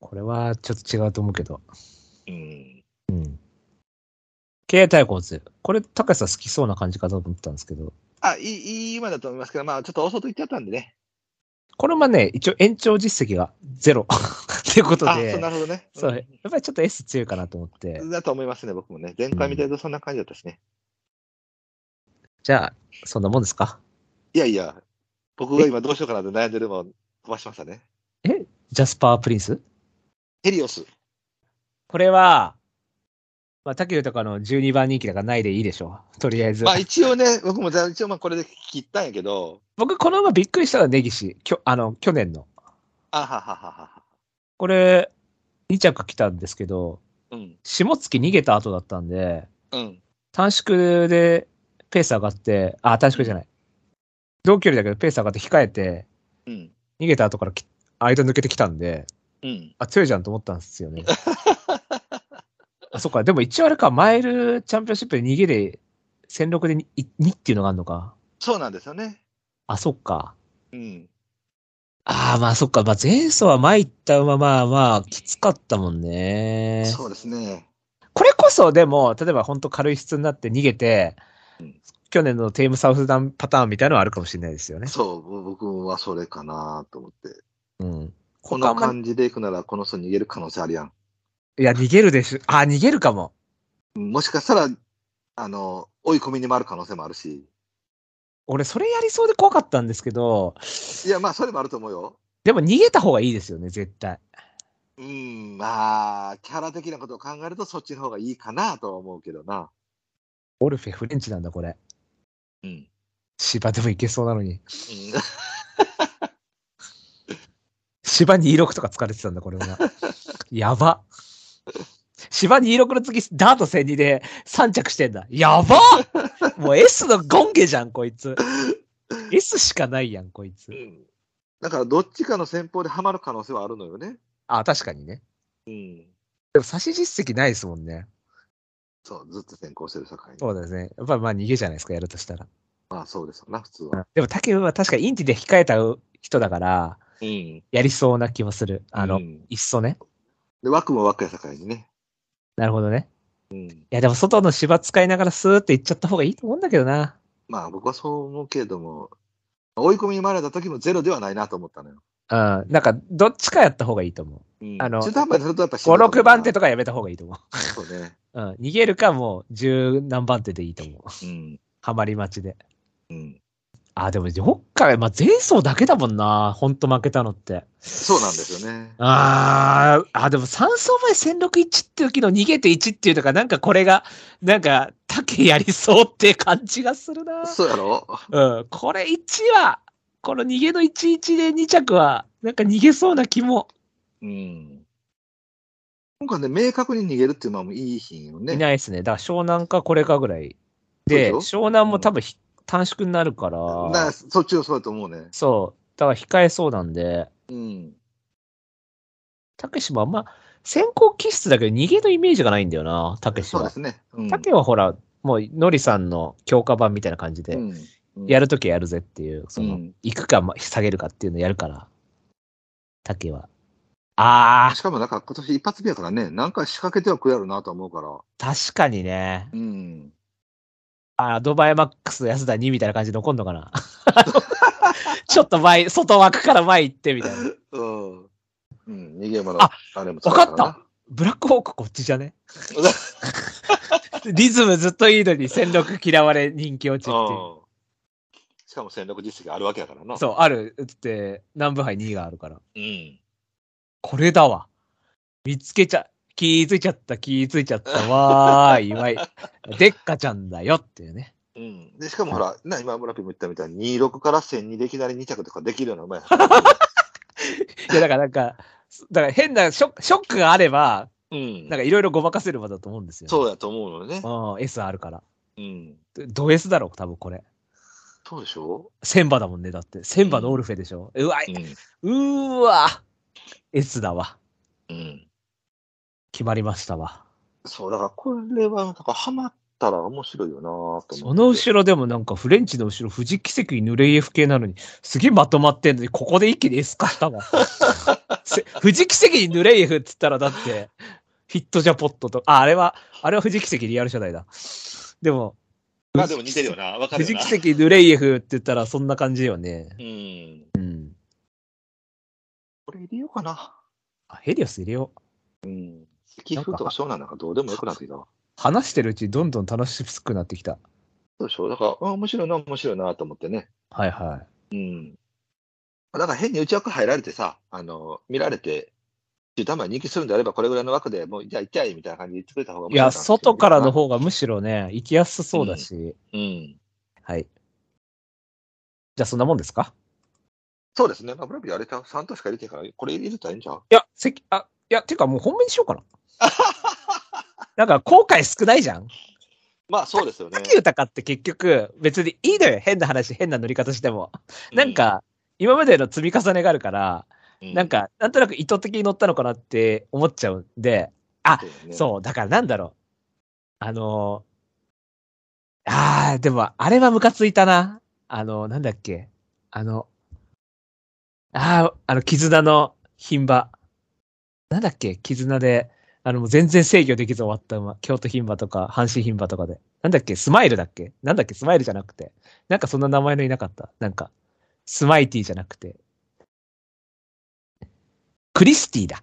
[SPEAKER 1] これはちょっと違うと思うけど。
[SPEAKER 2] うん。
[SPEAKER 1] うん。経営対抗図。これ、高橋さん好きそうな感じかと思ったんですけど。
[SPEAKER 2] あ、いい、いい馬だと思いますけど、まあちょっと大外行っちゃったんでね。
[SPEAKER 1] これもね、一応延長実績がゼロ。 っていうこと
[SPEAKER 2] あ、
[SPEAKER 1] で
[SPEAKER 2] そう、なるほどね。
[SPEAKER 1] そう、やっぱりちょっと S 強いかなと思って
[SPEAKER 2] うん。だと思いますね、僕もね。前回見たけどそんな感じだったしね。
[SPEAKER 1] じゃあ、そんなもんですか
[SPEAKER 2] いやいや、僕が今どうしようかなって悩んでるのを飛ばしましたね。
[SPEAKER 1] ジャスパー・プリンス
[SPEAKER 2] ヘリオス。
[SPEAKER 1] これは、まあ、タキルとかの12番人気だからないでいいでしょう。とりあえず。
[SPEAKER 2] まあ一応ね、僕も一応まあこれで切ったんやけど、
[SPEAKER 1] 僕、この馬びっくりしたのはネギシ。きょあの、去年の。
[SPEAKER 2] あはははは。
[SPEAKER 1] これ、2着来たんですけど、
[SPEAKER 2] うん、
[SPEAKER 1] 下月逃げた後だったんで、
[SPEAKER 2] うん、
[SPEAKER 1] 短縮でペース上がって、あ、短縮じゃない。同距離だけどペース上がって控えて、
[SPEAKER 2] うん、
[SPEAKER 1] 逃げた後からき間抜けてきたんで、
[SPEAKER 2] うん。
[SPEAKER 1] あ、強いじゃんと思ったんです よね。あ、そっか。でも一応あれか、マイルチャンピオンシップで逃げで、戦6で 2, 2っていうのがあるのか。
[SPEAKER 2] そうなんですよね。
[SPEAKER 1] あ、そっか。
[SPEAKER 2] うん。
[SPEAKER 1] ああ、まあそっか。まあ前走は参った馬、まあまあ、きつかったもんね。
[SPEAKER 2] そうですね。
[SPEAKER 1] これこそでも、例えば本当軽い質になって逃げて、去年のテイムサウスダンパターンみたいなのはあるかもしれないですよね。
[SPEAKER 2] そう、ぼ僕はそれかなと思って。
[SPEAKER 1] うん。
[SPEAKER 2] こ
[SPEAKER 1] 他あ
[SPEAKER 2] の
[SPEAKER 1] んま
[SPEAKER 2] 感じでいくなら、この人逃げる可能性あるやん。
[SPEAKER 1] いや、逃げるでしょ。あ、逃げるかも。
[SPEAKER 2] もしかしたら、あの、追い込みに回る可能性もあるし。
[SPEAKER 1] 俺、それやりそうで怖かったんですけど、
[SPEAKER 2] いや、まあ、それもあると思うよ。
[SPEAKER 1] でも逃げた方がいいですよね、絶対。
[SPEAKER 2] うん、まあ、キャラ的なことを考えると、そっちの方がいいかなとは思うけどな。
[SPEAKER 1] オルフェフレンチなんだ、これ。
[SPEAKER 2] うん。
[SPEAKER 1] 芝でもいけそうなのに。芝26とか疲れてたんだ、これ は。やば。芝26の次、ダート戦2で3着してんだ。やばもう S のゴンゲじゃん、こいつ。S しかないやん、こいつ
[SPEAKER 2] う。ん。 だから、どっちかの戦法でハマる可能性はあるのよね。
[SPEAKER 1] あ、確かにね。
[SPEAKER 2] うん。
[SPEAKER 1] でも差し実績ないですもんね。
[SPEAKER 2] そう、ずっと先行してる境に。
[SPEAKER 1] そうですね。やっぱりまあ逃げじゃないですか、やるとしたら。
[SPEAKER 2] まあ、そうですよな、普通は。
[SPEAKER 1] でも竹部は確かインティで控えた人だから、
[SPEAKER 2] うん。
[SPEAKER 1] やりそうな気もする。あの、
[SPEAKER 2] うん
[SPEAKER 1] いっそね。
[SPEAKER 2] で、枠も枠や境にね。
[SPEAKER 1] なるほどね。
[SPEAKER 2] うん。
[SPEAKER 1] いや、でも外の芝使いながらスーって行っちゃった方がいいと思うんだけどな。
[SPEAKER 2] まあ、僕はそう思うけれども、追い込みに回れた時もゼロではないなと思ったのよ。
[SPEAKER 1] うん。なんか、どっちかやった方がいいと思う。
[SPEAKER 2] うん
[SPEAKER 1] あの
[SPEAKER 2] 中途半端にするとやっぱしんど
[SPEAKER 1] 5、
[SPEAKER 2] いと思
[SPEAKER 1] 6
[SPEAKER 2] うな
[SPEAKER 1] 番手とかやめた方がいいと思う。
[SPEAKER 2] そうね。
[SPEAKER 1] うん。逃げるかもう、十何番手でいいと思う。
[SPEAKER 2] うん。
[SPEAKER 1] ハマり待ちで。
[SPEAKER 2] うん。
[SPEAKER 1] あ、でも、今回、まあ、前走だけだもんな。ほんと負けたのって。
[SPEAKER 2] そうなんですよね。
[SPEAKER 1] あー、あ、でも3走前1061って時の逃げて1っていうのが、なんかこれが、なんか、竹やりそうって感じがするな。
[SPEAKER 2] そうやろ
[SPEAKER 1] うん。これ1は、この逃げの11で2着は、なんか逃げそうな気も。
[SPEAKER 2] うん。今回ね、明確に逃げるっていうのはもういい品よね。
[SPEAKER 1] いないですね。だから湘南かこれかぐらい。で、
[SPEAKER 2] そうでし
[SPEAKER 1] 湘南も多分ひ、短縮になるから、
[SPEAKER 2] だからそっちのそうだと思うね。
[SPEAKER 1] そう。だから控えそうなんで、
[SPEAKER 2] うん。
[SPEAKER 1] たけしもあんま、先行気質だけど逃げのイメージがないんだよな、たけし
[SPEAKER 2] そうで
[SPEAKER 1] は。
[SPEAKER 2] すね。うん。
[SPEAKER 1] たけはほら、もう、のりさんの強化版みたいな感じで、や
[SPEAKER 2] る。
[SPEAKER 1] るときはやるぜっていう、その、
[SPEAKER 2] うん
[SPEAKER 1] 行くか、ま下げるかっていうのやるから、たけは。あー、
[SPEAKER 2] しかもなんか今年一発目やからね、なんか仕掛けてはくるやろうなと思うから。
[SPEAKER 1] 確かにね。
[SPEAKER 2] うん。
[SPEAKER 1] あードバイマックス安田2みたいな感じで残んのかな。 ちょっと前、外枠から前行ってみたいな。
[SPEAKER 2] うん。うん、逃げ馬の
[SPEAKER 1] あ
[SPEAKER 2] あれも
[SPEAKER 1] わかったブラックホークこっちじゃ ねリズムずっといいのに戦力嫌われ人気落ちっていう。
[SPEAKER 2] うん。しかも戦力実績あるわけやからな。
[SPEAKER 1] そう、ある。だって、南部杯2位があるから。
[SPEAKER 2] うん。
[SPEAKER 1] これだわ。見つけちゃ、気づいちゃった、気づいちゃったわーい、わい。でっかちゃんだよっていうね。
[SPEAKER 2] うん。で、しかもほら、な、今村ピも言ったみたいに、26から1002でいきなり2着とかできるような馬や。
[SPEAKER 1] いや、だからなんか、だから変なショックショックがあれば、
[SPEAKER 2] うん
[SPEAKER 1] なんかいろいろごまかせる場だと思うんですよ、ね。
[SPEAKER 2] そうやと思うのよね。
[SPEAKER 1] うん、S あるから。
[SPEAKER 2] うん。
[SPEAKER 1] ド S だろ、多分これ。
[SPEAKER 2] そうでしょ
[SPEAKER 1] 千葉だもんね、だって。千葉のオルフェでしょ。うわい、
[SPEAKER 2] うん。
[SPEAKER 1] うーわ S だわ。
[SPEAKER 2] うん。
[SPEAKER 1] 決まりましたわ。
[SPEAKER 2] そう、だからこれは、なんかハマったら面白いよなと思って。
[SPEAKER 1] その後ろでもなんかフレンチの後ろ、富士奇跡に濡れイエフ系なのに、すげえまとまってんのに、ここで一気に S 化したわ。 せ富士奇跡に濡れイエフっつったらだって、ヒットジャポットと、あ、あれは、あれは富士奇跡リアル社代だ。でも、
[SPEAKER 2] まあでも似てるよな。わかる
[SPEAKER 1] 富
[SPEAKER 2] よ
[SPEAKER 1] 士
[SPEAKER 2] な。
[SPEAKER 1] 奇跡濡れイエフって言ったらそんな感じよね。
[SPEAKER 2] うん。
[SPEAKER 1] うん。
[SPEAKER 2] これ入れようかな。
[SPEAKER 1] あ、ヘリオス入れよう。
[SPEAKER 2] うん。寄付とか湘南なんかどうでもよくなってきたわ。
[SPEAKER 1] 話してるうちにどんどん楽しくなってきた。
[SPEAKER 2] そうでしょだから、あ面白いな、面白いなと思ってね。
[SPEAKER 1] はいはい。
[SPEAKER 2] うん。だから変に内枠入られてさ、あの、見られて、中途半端に人気するんであれば、これぐらいの枠でもう、じゃあ行っちゃえみたいな感じで言ってくれた方が
[SPEAKER 1] いや、外からの
[SPEAKER 2] 方。
[SPEAKER 1] 方がむしろね、行きやすそうだし。
[SPEAKER 2] うん。
[SPEAKER 1] はい。じゃあそんなもんですか
[SPEAKER 2] そうですね。まあ、ブラビーあれちゃう、3頭しか入れてへんから、これ入れたらいいんちゃう
[SPEAKER 1] いや、せき、あ、いや、てかもう本命にしようか な。なんか後悔少ないじゃん。
[SPEAKER 2] まあ、そうですよね。
[SPEAKER 1] 滝豊って結局別にいいのよ。変な話、変な乗り方しても。なんか、今までの積み重ねがあるから、
[SPEAKER 2] う、
[SPEAKER 1] なんか、なんとなく意図的に乗ったのかなって思っちゃうんで、あ
[SPEAKER 2] そうだよね
[SPEAKER 1] そう、だからなんだろう。あのー、あー、でも、あれはムカついたな。あの、なんだっけ。あの、あー、あの、絆の牝馬。なんだっけ、絆で、あの、もう全然制御できず終わった馬。京都牝馬とか、阪神牝馬とかで。なんだっけ、スマイルだっけなんだっけ、スマイルじゃなくて。なんかそんな名前のいなかった。なんか、スマイティじゃなくて。クリスティだ。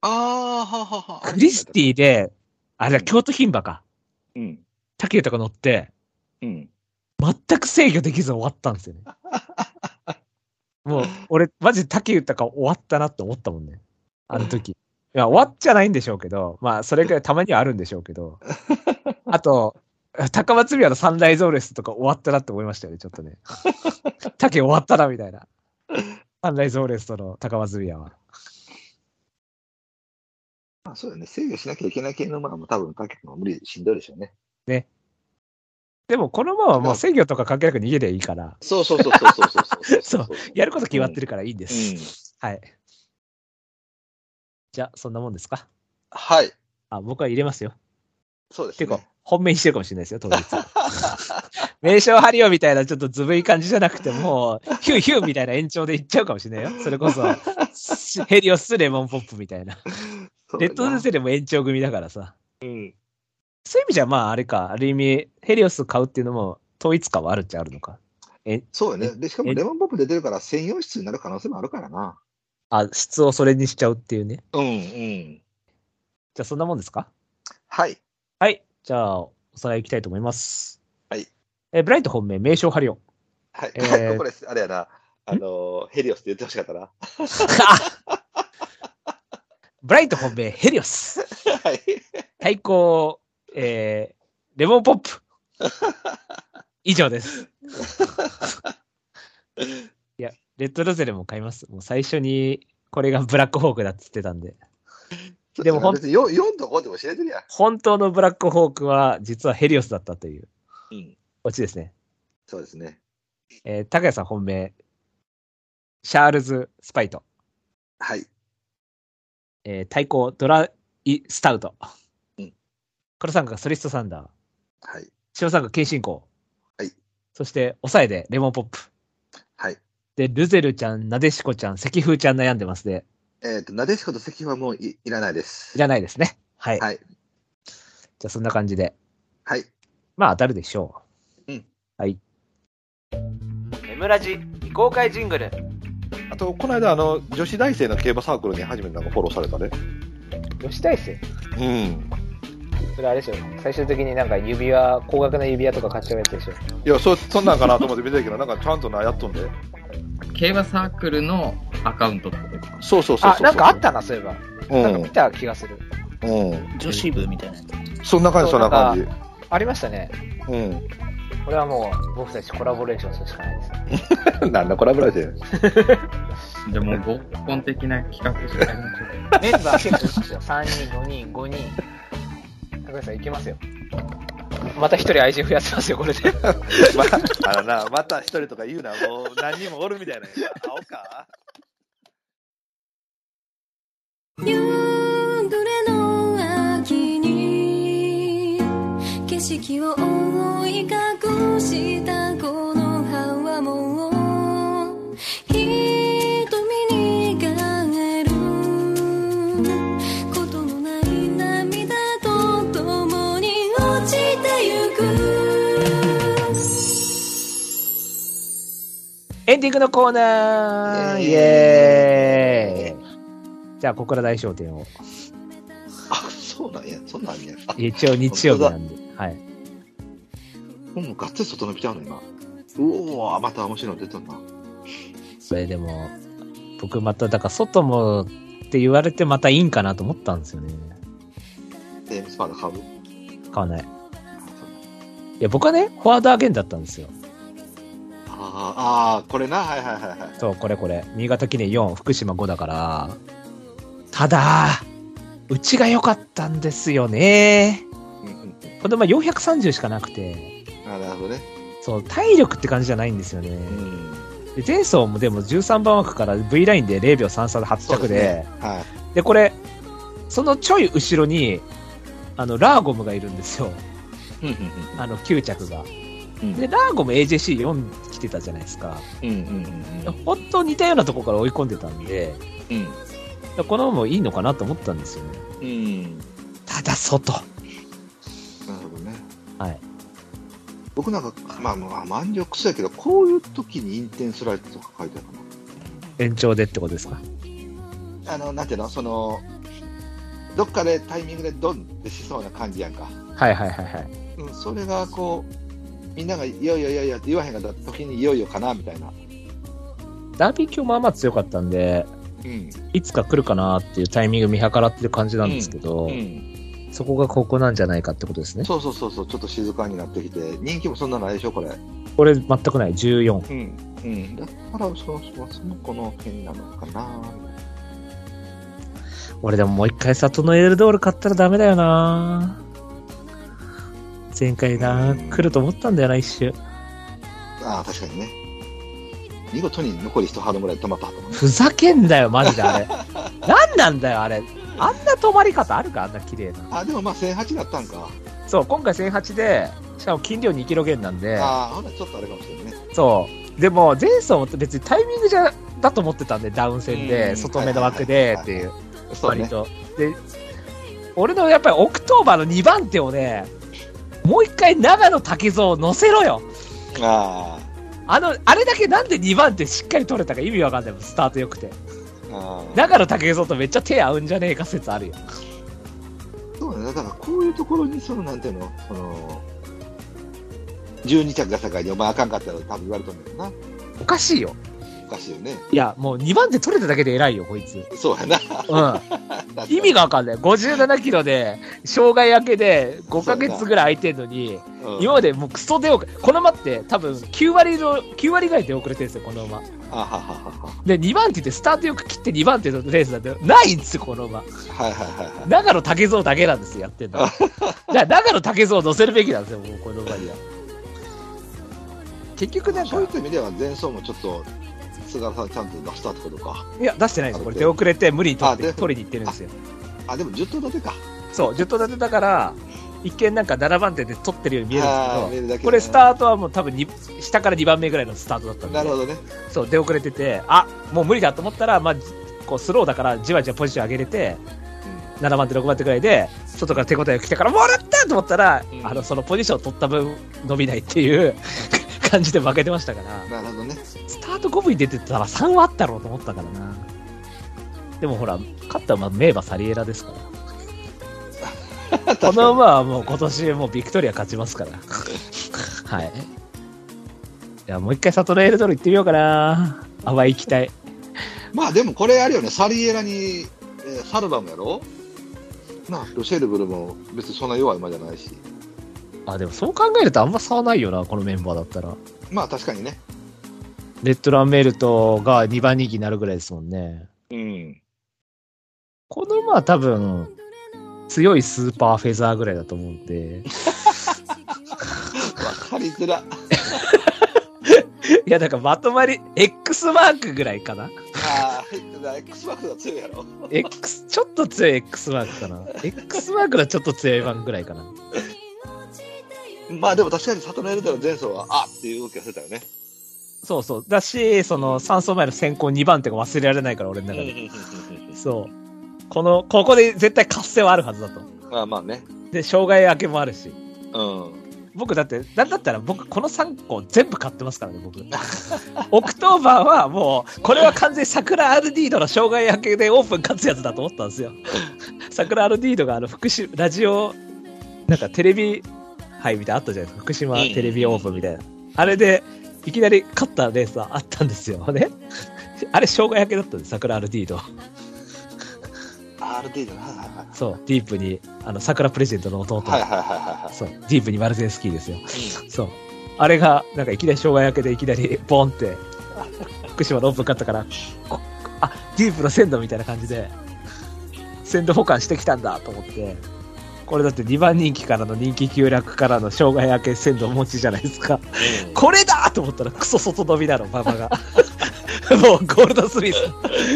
[SPEAKER 2] ああ、ははは。
[SPEAKER 1] クリステ
[SPEAKER 2] ィ。
[SPEAKER 1] ィで、あれだ、
[SPEAKER 2] うん
[SPEAKER 1] 京都牝馬か。
[SPEAKER 2] うん。
[SPEAKER 1] 竹豊乗って、
[SPEAKER 2] うん。
[SPEAKER 1] 全く制御できず終わったん ですよね。もう、俺、マジ竹豊終わったなって思ったもんね。あの 時。いや、終わっちゃないんでしょうけど、まあ、それくらいたまにはあるんでしょうけ ど。あと、高松宮のサンライズオーレスとか終わったなって思いましたよね、ちょっと ね。竹終わったな、みたいな。サンライズオーレスとの高松宮は。
[SPEAKER 2] まあ、そうだよね。制御しなきゃいけない系の馬はもう多分、かけも無理、しんどいでしょうね。
[SPEAKER 1] でも、このままもう制御とか関係なく逃げりゃいいから、
[SPEAKER 2] そうそうそうそうそうそう
[SPEAKER 1] そう
[SPEAKER 2] う。
[SPEAKER 1] やること決まってるからいいんです。
[SPEAKER 2] うん。
[SPEAKER 1] はい。じゃあ、そんなもんですか
[SPEAKER 2] はい。
[SPEAKER 1] あ、僕は入れますよ。
[SPEAKER 2] そうです
[SPEAKER 1] て
[SPEAKER 2] ね。
[SPEAKER 1] いうか、本命にしてるかもしれないですよ、当日。 名称ハリオみたいな、ちょっとずぶい感じじゃなくて、もう、ヒューヒューみたいな延長でいっちゃうかもしれないよ。それこそ、ヘリオス、レモンポップみたいな。
[SPEAKER 2] そうだ
[SPEAKER 1] レ
[SPEAKER 2] よ
[SPEAKER 1] ッ
[SPEAKER 2] な
[SPEAKER 1] ド先生でも延長組だからさ。
[SPEAKER 2] うん。
[SPEAKER 1] そういう意味じゃ、まあ、あれか、ある意味、ヘリオス買うっていうのも、統一感はあるっちゃあるのか。
[SPEAKER 2] そうよね。で、しかも
[SPEAKER 1] え
[SPEAKER 2] レモンポップ出てるから専用室になる可能性もあるからな。
[SPEAKER 1] あ、質をそれにしちゃうっていうね。
[SPEAKER 2] うんうん。
[SPEAKER 1] じゃあ、そんなもんですか
[SPEAKER 2] はい。
[SPEAKER 1] はい。じゃあ、おさらいいきたいと思います。
[SPEAKER 2] はい。
[SPEAKER 1] えーブライト本命、名称ハリオ。
[SPEAKER 2] はい。
[SPEAKER 1] えー
[SPEAKER 2] ここです。あれやな。あのー、ヘリオスって言ってほしかったな。
[SPEAKER 1] ブライト本命、ヘリオス。
[SPEAKER 2] はい。
[SPEAKER 1] 対抗、えー、レモンポップ。以上です。いや、レッドロゼルも買います。もう最初に、これがブラックホークだって言ってたんで。でもほん
[SPEAKER 2] 別によ4と5でも知れてるやん。
[SPEAKER 1] 本当のブラックホークは、実はヘリオスだったという、
[SPEAKER 2] うん。
[SPEAKER 1] オチですね。
[SPEAKER 2] そうですね。
[SPEAKER 1] えー、高谷さん本命、シャールズ・スパイト。
[SPEAKER 2] はい。
[SPEAKER 1] えー、対抗、ドライ・スタウト。
[SPEAKER 2] うん
[SPEAKER 1] 黒三角、ソリスト・サンダー。
[SPEAKER 2] はい。
[SPEAKER 1] 白三角、謙信公。
[SPEAKER 2] はい。
[SPEAKER 1] そして、抑えで、レモンポップ。
[SPEAKER 2] はい。
[SPEAKER 1] で、ルゼルちゃん、なでしこちゃん、関風ちゃん悩んでますで、
[SPEAKER 2] えっ、と、なでしこと関はもういいらないです。
[SPEAKER 1] いらないですね。はい。
[SPEAKER 2] はい。
[SPEAKER 1] じゃあ、そんな感じで。
[SPEAKER 2] はい。
[SPEAKER 1] まあ、当たるでしょう。
[SPEAKER 2] うん。
[SPEAKER 1] はい。
[SPEAKER 3] エムラジい
[SPEAKER 4] 公開ジングル
[SPEAKER 2] あと、この間、あの、女子大生の競馬サークルに初めてなんかフォローされたね。
[SPEAKER 4] 女子大生
[SPEAKER 2] うん。
[SPEAKER 4] それあれでしょ最終的になんか指輪高額な指輪とか買っちゃうやつでしょ
[SPEAKER 2] いや、そ、そんなんかなと思って見てたけど、なんかちゃんとな、やっとんで。
[SPEAKER 5] 競馬サークルのアカウントってことですか
[SPEAKER 2] そうそうそうそう
[SPEAKER 4] あなんかあったなそういえば、
[SPEAKER 2] う
[SPEAKER 4] なんか見た気がする
[SPEAKER 2] ん。うん。
[SPEAKER 6] 女子部みたいなやつ。
[SPEAKER 2] そんな感じ、
[SPEAKER 4] そ
[SPEAKER 2] そ
[SPEAKER 4] う
[SPEAKER 2] な
[SPEAKER 4] ん
[SPEAKER 2] 感じ。
[SPEAKER 4] ありましたね
[SPEAKER 2] う
[SPEAKER 4] これはもう僕たちコラボレーションするしかないです
[SPEAKER 2] ん。なんだ、コラボライン。
[SPEAKER 5] じゃあもう合コン的な企画じゃない
[SPEAKER 4] メンバー結構いますよ。3人、4人、5人。高橋さん、いけますよ。また一人愛人増やせますよ、これで。
[SPEAKER 2] ま あのな、また一人とか言うな、もう何人もおるみたいな。青か
[SPEAKER 7] 夕暮れの秋に景色を覆い隠したこの葉はもう瞳に輝えることのない涙と共に落ちてゆく
[SPEAKER 1] エンディングのコーナーイ
[SPEAKER 2] イ
[SPEAKER 1] エーイじゃあ、ここから大焦点を。
[SPEAKER 2] あ、そうなんや。そんなんあんや。あ、
[SPEAKER 1] 一応日曜日なんで。はい。
[SPEAKER 2] うん、がっつり外伸びちゃうねんな。うおー、また面白いの出とんな。
[SPEAKER 1] それでも、僕また、だから外もって言われてまたいいんかなと思ったんですよね。
[SPEAKER 2] テームスパーの株。
[SPEAKER 1] 買わない。いや、僕はね、フォワードアゲンだったんですよ。
[SPEAKER 2] あーあー、これな。はいはいはいはい。
[SPEAKER 1] そう、これこれ。新潟記念4、福島5だから。ただ、うちが良かったんですよね。
[SPEAKER 2] うんうん
[SPEAKER 1] このま430しかなくて、
[SPEAKER 2] うん。なるほどね。
[SPEAKER 1] そう、体力って感じじゃないんですよね。
[SPEAKER 2] うん。
[SPEAKER 1] で前走もでも13番枠から V ラインで0秒33で発着で、で
[SPEAKER 2] は
[SPEAKER 1] これ、そのちょい後ろに、あの、ラーゴムがいるんですよ。
[SPEAKER 2] い。うん
[SPEAKER 1] あの、9着が。
[SPEAKER 2] うん
[SPEAKER 1] で、ラーゴム AJC4 来てたじゃないですか。
[SPEAKER 2] うんうんうんうん
[SPEAKER 1] ほんと似たようなとこから追い込んでたんで、
[SPEAKER 2] うん
[SPEAKER 1] この馬もいいのかなと思ったんですよね。
[SPEAKER 2] うん。
[SPEAKER 1] ただ外。
[SPEAKER 2] なるほどね。
[SPEAKER 1] はい。
[SPEAKER 2] 僕なんか、まあまあ、満力くそやけど、こういう時にインテンスライトとか書いてあるか
[SPEAKER 1] 延長でってことですか。
[SPEAKER 2] な。あの、なんていうのその、どっかでタイミングでドンってしそうな感じやんか。
[SPEAKER 1] はいはいはいはい。
[SPEAKER 2] うん、それがこう、みんなが、いよいよいよいよって言わへんかった時にいよいよかな、みたいな。
[SPEAKER 1] ダービー今日まあまあ強かったんで、
[SPEAKER 2] うん。
[SPEAKER 1] いつか来るかなっていうタイミング見計らってる感じなんですけど、
[SPEAKER 2] うん。
[SPEAKER 1] そこがここなんじゃないかってことですね。
[SPEAKER 2] そうそうそうそう、ちょっと静かになってきて、人気もそんなないでしょ、これ。
[SPEAKER 1] これ全くない。14。
[SPEAKER 2] うん。うん。だから、その、その、その子の辺なのかな。
[SPEAKER 1] 俺でももう一回里のエルドール買ったらダメだよな前回な来ると思ったんだよな、一周。
[SPEAKER 2] ああ、確かにね。見事に残り一ハードぐらい止まったと思う。
[SPEAKER 1] ふざけんだよ、マジであ れ。なんなんだよ、あれ。あんな止まり方あるかあんな綺麗な。
[SPEAKER 2] あ、でもまあ、1008だったんか。
[SPEAKER 1] そう、今回1008で、しかも金量2キロ減なんで、
[SPEAKER 2] ああ、ほら、ちょっとあれかもしれないね。
[SPEAKER 1] そう。でも、前走も別にタイミングじゃ、だと思ってたんで、ダウン戦
[SPEAKER 2] う
[SPEAKER 1] で、
[SPEAKER 2] ん
[SPEAKER 1] 外目の枠でっていう、
[SPEAKER 2] そう
[SPEAKER 1] 割
[SPEAKER 2] ね。
[SPEAKER 1] と。で、俺のやっぱりオクトーバーの2番手をね、もう一回長野竹蔵を乗せろよ
[SPEAKER 2] あ
[SPEAKER 1] あの、あれだけなんで2番手しっかり取れたか意味わかんないもん、スタート良くて。
[SPEAKER 2] ーあー。
[SPEAKER 1] 長野竹蔵とめっちゃ手合うんじゃねえか説あるよ。
[SPEAKER 2] そうね。だから、こういうところに、その、なんていうの、その、12着が境に、お前あかんかったら多分言われたんだけどな。
[SPEAKER 1] おかしいよ。
[SPEAKER 2] おかしいよね。
[SPEAKER 1] いや、もう2番手取れただけで偉いよ、こいつ。
[SPEAKER 2] そうやな。
[SPEAKER 1] うん。 意味がわかんない。57キロで、障害明けで、5ヶ月ぐらい空いてんのに、
[SPEAKER 2] うん、
[SPEAKER 1] 今までもうクソ出遅れ、この馬って多分9割の、9割ぐらい出遅れてるんですよ、この馬。
[SPEAKER 2] あはははは。
[SPEAKER 1] で、2番手ってスタートよく切って2番手のレースなんてないんですよ、この馬。
[SPEAKER 2] はいはいはいはい。
[SPEAKER 1] 長野竹蔵だけなんですよ、やってん の。だから長野竹蔵を乗せるべきなんですよ、もうこの馬には。結局なんか
[SPEAKER 2] そうい、った意味では前走もちょっと菅原さんちゃんと出したってことか
[SPEAKER 1] いや、出してないですよ。これ出遅れて無理に取っ
[SPEAKER 2] あ
[SPEAKER 1] て、
[SPEAKER 2] で
[SPEAKER 1] 取りに行ってるんですよ。
[SPEAKER 2] あでも10頭立てか
[SPEAKER 1] そう、10頭立てだから、一見なんか7番手で取ってるように見えるんですけど
[SPEAKER 2] あー、見えるだけ
[SPEAKER 1] これスタートはもう多分に下から2番目ぐらいのスタートだったんで
[SPEAKER 2] なるほどね
[SPEAKER 1] そう出遅れててあもう無理だと思ったら、まあ、じこうスローだからじわじわポジション上げれて7番手6番手ぐらいで外から手応えが来てからもらったと思ったら、
[SPEAKER 2] うん
[SPEAKER 1] あのそのポジションを取った分伸びないっていう感じで負けてましたから、
[SPEAKER 2] なるほどね。
[SPEAKER 1] スタート5分に出てたら3はあったろうと思ったからな。でもほら、勝った馬、名馬サリエラですから。この馬はもう今年もうビクトリア勝ちますから。はい。じゃあもう一回サトレールドル行ってみようかな。淡い行きたい。
[SPEAKER 2] まあでもこれあるよね、サリエラに、えーサルバムやろなあ、ロシェルブルも別にそんな弱い馬じゃないし。
[SPEAKER 1] あ、でもそう考えるとあんま差はないよな、このメンバーだったら。
[SPEAKER 2] まあ確かにね。
[SPEAKER 1] レッドランメルトが2番人気になるぐらいですもんね。
[SPEAKER 2] うん。
[SPEAKER 1] この馬は多分、強いスーパーフェザーぐらいだと思うんで。
[SPEAKER 2] わかりづら。
[SPEAKER 1] いや、だからまとまり、X マークぐらいかな。
[SPEAKER 2] ああ、X バックが強いやろ。
[SPEAKER 1] X、ちょっと強い X マークかな。X マークのちょっと強い版ぐらいかな。
[SPEAKER 2] まあでも確かにサトノエルドラ前走は、あっていう動きがしてたよね。
[SPEAKER 1] そうそう。だし、その、3走前の先行2番手が忘れられないから、俺の中で。そう。この、ここで絶対活性はあるはずだと。
[SPEAKER 2] まあまあね。
[SPEAKER 1] で、障害明けもあるし。
[SPEAKER 2] うん。
[SPEAKER 1] 僕だって、なんだったら僕、この3個全部買ってますからね、僕。 オクトーバーはもう、これは完全に桜アルディードの障害明けでオープン勝つやつだと思ったんですよ。 桜アルディードがあの、福島、ラジオ、なんかテレビ杯みたいなのあったじゃないですか。福島テレビオープンみたいな。あれで、いきなり勝ったレースはあったんですよ。 ね。あれ、障害明けだったんです、桜アルディード。
[SPEAKER 2] RD だな。は
[SPEAKER 1] そう、ディープに、あの、桜プレジェントの弟。
[SPEAKER 2] いはいはいはいはい。
[SPEAKER 1] そう、ディープにマルゼンスキーですよ。そう。あれが、なんかいきなり障害明けでいきなり、ボンって、福島のオープン勝ったから、こあ、ディープの鮮度みたいな感じで、鮮度保管してきたんだと思って、これだって2番人気からの人気急落からの障害明け鮮度持ちじゃないですか。これだと思ったらクソ外伸びだろ、馬場が。 もうゴールドスミス。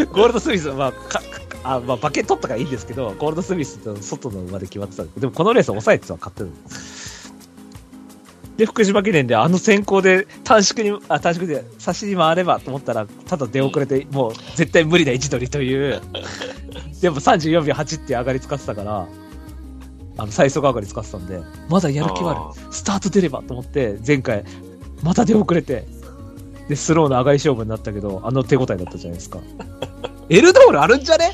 [SPEAKER 1] ゴールドスミスは、まあ、かあまあ、馬券取ったからいいんですけど、ゴールドスミスと外の馬で決まってたんで、でもこのレースは抑えてたの、勝ってるの。で、福島記念であの先行で短縮に、あ、短縮で差しに回ればと思ったら、ただ出遅れて、もう絶対無理な位置取りという、でも34秒8っていう上がり使ってたから、あの、最速上がり使ってたんで、まだやる気はある。スタート出ればと思って、前回、また出遅れて、で、スローの上がり勝負になったけど、あの手応えだったじゃないですか。 エルドールあるんじゃね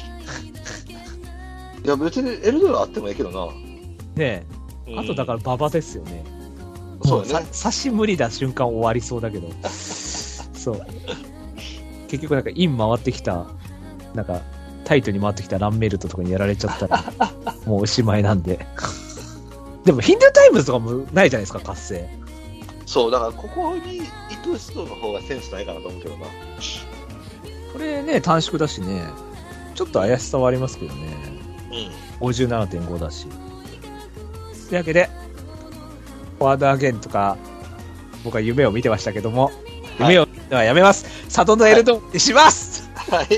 [SPEAKER 2] いや別にエルドラあってもいいけどな。。
[SPEAKER 1] ねえ。あとだからら馬場ですよね。
[SPEAKER 2] そう
[SPEAKER 1] も
[SPEAKER 2] だ
[SPEAKER 1] う
[SPEAKER 2] ね
[SPEAKER 1] さ。差し無理だ瞬間終わりそうだけど。そう。結局なんかイン回ってきた、なんかタイトに回ってきたランメルトとかにやられちゃ ったら、もうおしまいなんで。でもヒンドゥータイムズとかもないじゃないですか、活性。
[SPEAKER 2] そう、だからここに行く人の方がセンスないかなと思うけどな。
[SPEAKER 1] これね、短縮だしね、ちょっと怪しさはありますけどね。
[SPEAKER 2] う
[SPEAKER 1] 57.5だし。というわけで、フォワードアゲンとか、僕は夢を見てましたけども、夢を見るのはやめます。里のエルドンにします、
[SPEAKER 2] ん。はい。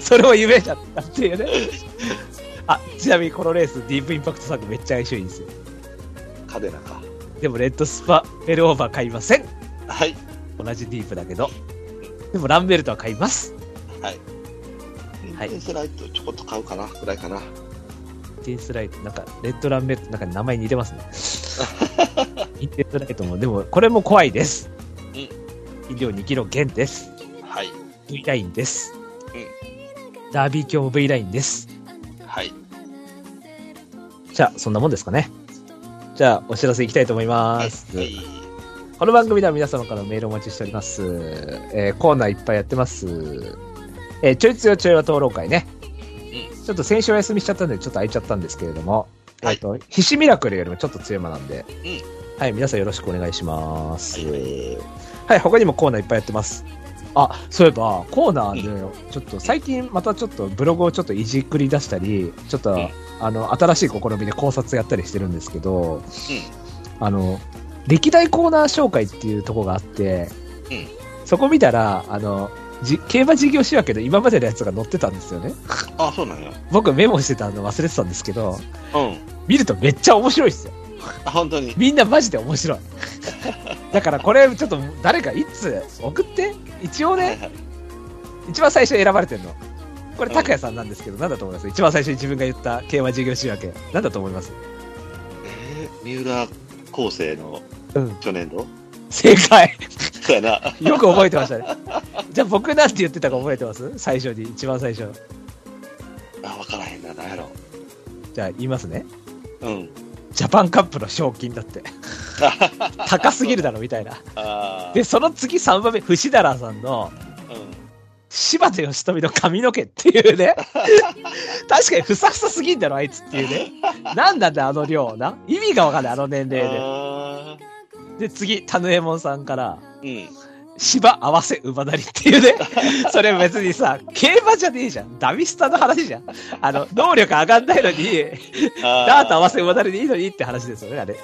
[SPEAKER 1] それも夢だったっていうね。あ、ちなみにこのレース、ディープインパクト作めっちゃ相性いいんですよ。
[SPEAKER 2] カデナか。
[SPEAKER 1] でも、レッドスパ、ベルオーバー買いません。
[SPEAKER 2] はい。
[SPEAKER 1] 同じディープだけど。でも、ランベルトは買います。はい
[SPEAKER 2] インスライトちょこっと買うかな、ぐらいかな。
[SPEAKER 1] インスライト、なんか、レッドランベルト、なんか名前似て ますね。インテスライトも、でも、これも怖いです。医療2キロ減です。
[SPEAKER 2] はい。
[SPEAKER 1] V ラインです。ダービー卿も V ラインです。
[SPEAKER 2] はい。
[SPEAKER 1] じゃあ、そんなもんですかね。じゃあ、お知らせいきたいと思います。
[SPEAKER 2] はい。
[SPEAKER 1] この番組では皆様からのメールをお待ちしております。えーコーナーいっぱいやってます。えーちょいつよちょいは討論会ね。ちょっと先週お休みしちゃったんで、ちょっと空いちゃったんですけれども、
[SPEAKER 2] はい
[SPEAKER 1] えっと、ひしミラクルよりもちょっと強い馬なんで、
[SPEAKER 2] う
[SPEAKER 1] はい、皆さんよろしくお願いします。
[SPEAKER 2] は
[SPEAKER 1] はい、他にもコーナーいっぱいやってます。あ、そういえば、コーナーで、ちょっと最近またちょっとブログをちょっといじくり出したり、ちょっと、
[SPEAKER 2] うん
[SPEAKER 1] あの、新しい試みで考察やったりしてるんですけど、あの、歴代コーナー紹介っていうとこがあって、
[SPEAKER 2] うん
[SPEAKER 1] そこ見たら、あの、じ競馬事業仕分けの今までのやつが載ってたんですよね。
[SPEAKER 2] あ、そうなんや。
[SPEAKER 1] 僕メモしてたの忘れてたんですけど、
[SPEAKER 2] うん。
[SPEAKER 1] 見るとめっちゃ面白いですよ。
[SPEAKER 2] あ本当に。
[SPEAKER 1] みんなマジで面白い。だからこれちょっと誰かいつ送って、一応
[SPEAKER 2] はい
[SPEAKER 1] ね、
[SPEAKER 2] はい。
[SPEAKER 1] 一番最初に選ばれてるの。これ、
[SPEAKER 2] うん
[SPEAKER 1] 拓也さんなんですけど、なんだと思います一番最初に自分が言った競馬事業仕分け。なんだと思います
[SPEAKER 2] えー、三浦昴生の
[SPEAKER 1] うん。
[SPEAKER 2] 去年度
[SPEAKER 1] 正 解。
[SPEAKER 2] そうやな。
[SPEAKER 1] よく覚えてましたね。じゃあ僕なんて言ってたか覚えてます最初に、一番最初。
[SPEAKER 2] あ、わからへんな、なんやろ。
[SPEAKER 1] じゃあ言いますね。
[SPEAKER 2] うん。
[SPEAKER 1] ジャパンカップの賞金だ って。高すぎるだろみたいな。
[SPEAKER 2] ああ。
[SPEAKER 1] で、その次3番目、藤田らさんの
[SPEAKER 2] うん。
[SPEAKER 1] 柴田義富の髪の毛っていう ね。確かにふさふさすぎんだろ、あいつっていうね。なんなんだ、あの量な。意味がわかんない、あの年齢
[SPEAKER 2] あー
[SPEAKER 1] で。で、次、田右衛門さんから、
[SPEAKER 2] うん。
[SPEAKER 1] 芝合わせ馬なりっていう ね。それ別にさ、競馬じゃねえじゃん。ダビスタの話じゃん。あの、能力上がんないのに、ダート合わせ馬なりでいいのにって話ですよね、あれ。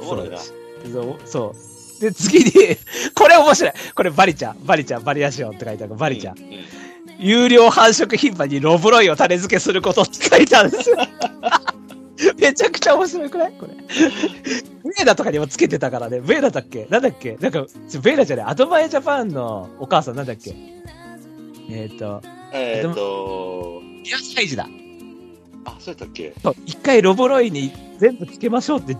[SPEAKER 2] おもろいな
[SPEAKER 1] そう。そう。で、次に、これ面白い。これバリちゃん、バリちゃん、バリアシオンって書いてあるバリちゃん。
[SPEAKER 2] ううん
[SPEAKER 1] 有料繁殖頻繁にロブロイを種付けすることって書いてあるん ですよ。めちゃくちゃ面白いくないこれ。ベーダとかにもつけてたからね。ベーダだっけなんだっけなんか、ちょベーダじゃない。アドバイジャパンのお母さんなんだっけえっ、ー、と、
[SPEAKER 2] えーっと、
[SPEAKER 1] 宮サイジだ。
[SPEAKER 2] あ、そうやったっけ
[SPEAKER 1] そう一回ロボロイに全部つけましょうって、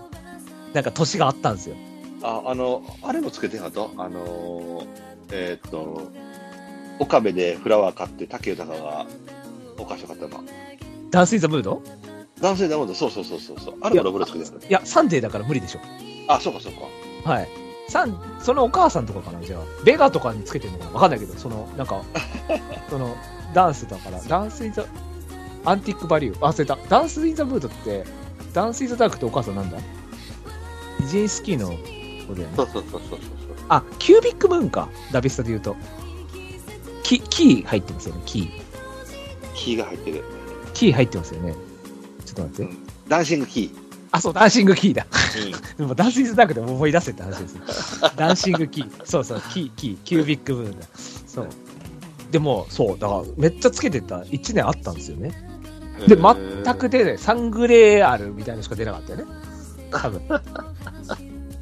[SPEAKER 1] なんか年があったんですよ。
[SPEAKER 2] あ、あの、あれもつけてなかったあのー、えーっと、岡部でフラワー買って、竹豊がおかしかったな。
[SPEAKER 1] ダンスイズムード
[SPEAKER 2] 男性だもんだ、そうそうそうそうそう。あれもロブロつけてなかっ
[SPEAKER 1] いや、サンデーだから無理でしょ。
[SPEAKER 2] た。あ、そうかそうか。
[SPEAKER 1] はい。さん、そのお母さんとかかな、じゃあ。ベガとかにつけてるのかなわかんないけど、その、なん か、その、ダンスだから、ダンスインザ、アンティックバリュー。忘れた。ダンスインザムードって、ダンスインザダークってお母さんなんだイジェイスキーの子だよ
[SPEAKER 2] そ
[SPEAKER 1] ね。
[SPEAKER 2] うそうそうそうそう。
[SPEAKER 1] あ、キュービックムーンか。ダビスタで言うと。キ、キー入ってますよね、キー。
[SPEAKER 2] キーが入ってる。
[SPEAKER 1] キー入ってますよね。ちょっと待っ
[SPEAKER 2] う
[SPEAKER 1] て。
[SPEAKER 2] んダンシングキ
[SPEAKER 1] あ、そう、ダンシングキーだ。
[SPEAKER 2] ー。うん。
[SPEAKER 1] でもダンスイズダークでも思い出せって話ですよ。ダンシングキー。そうそう、キー、キー、キュービックムーンだ。そう。でも、そう、だから、めっちゃつけてた1年あったんですよね。で、全く出ない。サングレーアルみたいなのしか出なかったよね。多分。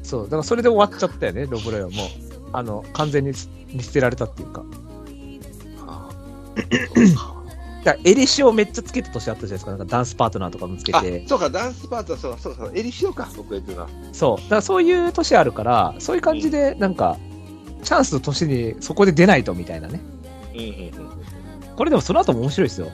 [SPEAKER 1] そう、だからそれで終わっちゃったよね、ロブロイはもう。あの、完全に見捨てられたっていうか。だから、エリシオめっちゃつけた年あったじゃないですか。なんかダンスパートナーとかもつけ
[SPEAKER 2] あ
[SPEAKER 1] て。、
[SPEAKER 2] そうか、ダンスパートはそうか、そうか、そうかエリシオか、僕が言ってるな。
[SPEAKER 1] そう。だからそういう年あるから、そういう感じで、なんか、チャンスの年にそこで出ないとみたいなね。
[SPEAKER 2] うんうんうん。
[SPEAKER 1] これでもその後も面白いですよ。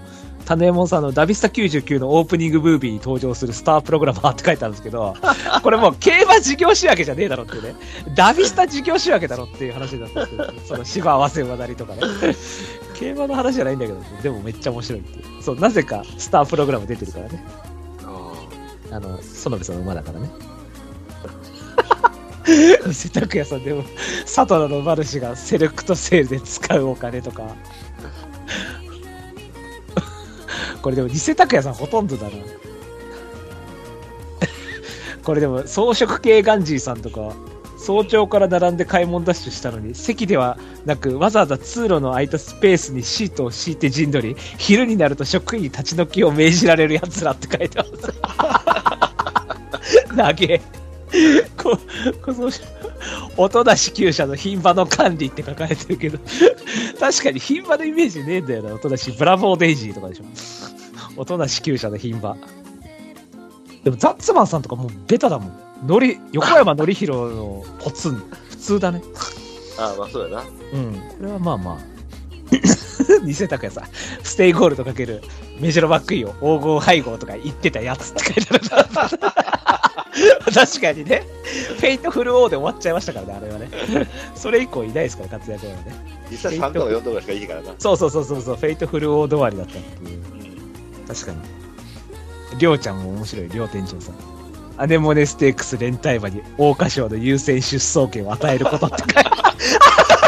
[SPEAKER 1] タネモンさんのダビスタ99のオープニングムービーに登場するスタープログラマーって書いてあるんですけ ど、これもう競馬事業仕分けじゃねえだろっていうね。ダビスタ事業仕分けだろっていう話になったんですけど、その芝合わせ馬なりとか ね。競馬の話じゃないんだけど、でもめっちゃ面白いっていう。そう、なぜかスタープログラム出てるからね。あの、園部さんの馬だから ね。伊勢拓也さんでも、サトラの馬主がセレクトセールで使うお金とか。これでも、伊勢拓也さんほとんどだな。これでも、装飾系ガンジーさんとか、早朝から並んで買い物ダッシュしたのに、席ではなく、わざわざ通路の空いたスペースにシートを敷いて陣取り、昼になると職員に立ち退きを命じられるやつらって書いてます。 投げ。こ、この、音出し厩舎の品場の管理って書かれてるけど、確かに品場のイメージねえんだよな、音出し。ブラボーデイジーとかでしょ。音出し厩舎の品場。でも、ザッツマンさんとかもうベタだもん。のり、横山のりひろのポツン。普通だね。
[SPEAKER 2] あーまあそうやな。
[SPEAKER 1] うん。これはまあまあ。 偽拓也さん、ステイゴールドかけるメジロバックイを黄金配合とか言ってたやつって書いてある。 確かにね、フェイトフルオーで終わっちゃいましたからね、あれはね。それ以降いないですから、活躍はね。
[SPEAKER 2] 実際3とか4とかしかいいからな。
[SPEAKER 1] そうそうそうそうそう、フェイトフルオー止まりだったっていう。確かに。りょうちゃんも面白い、りょう店長さん。アネモネステークス連帯馬に桜花賞の優先出走権を与えることって書い てある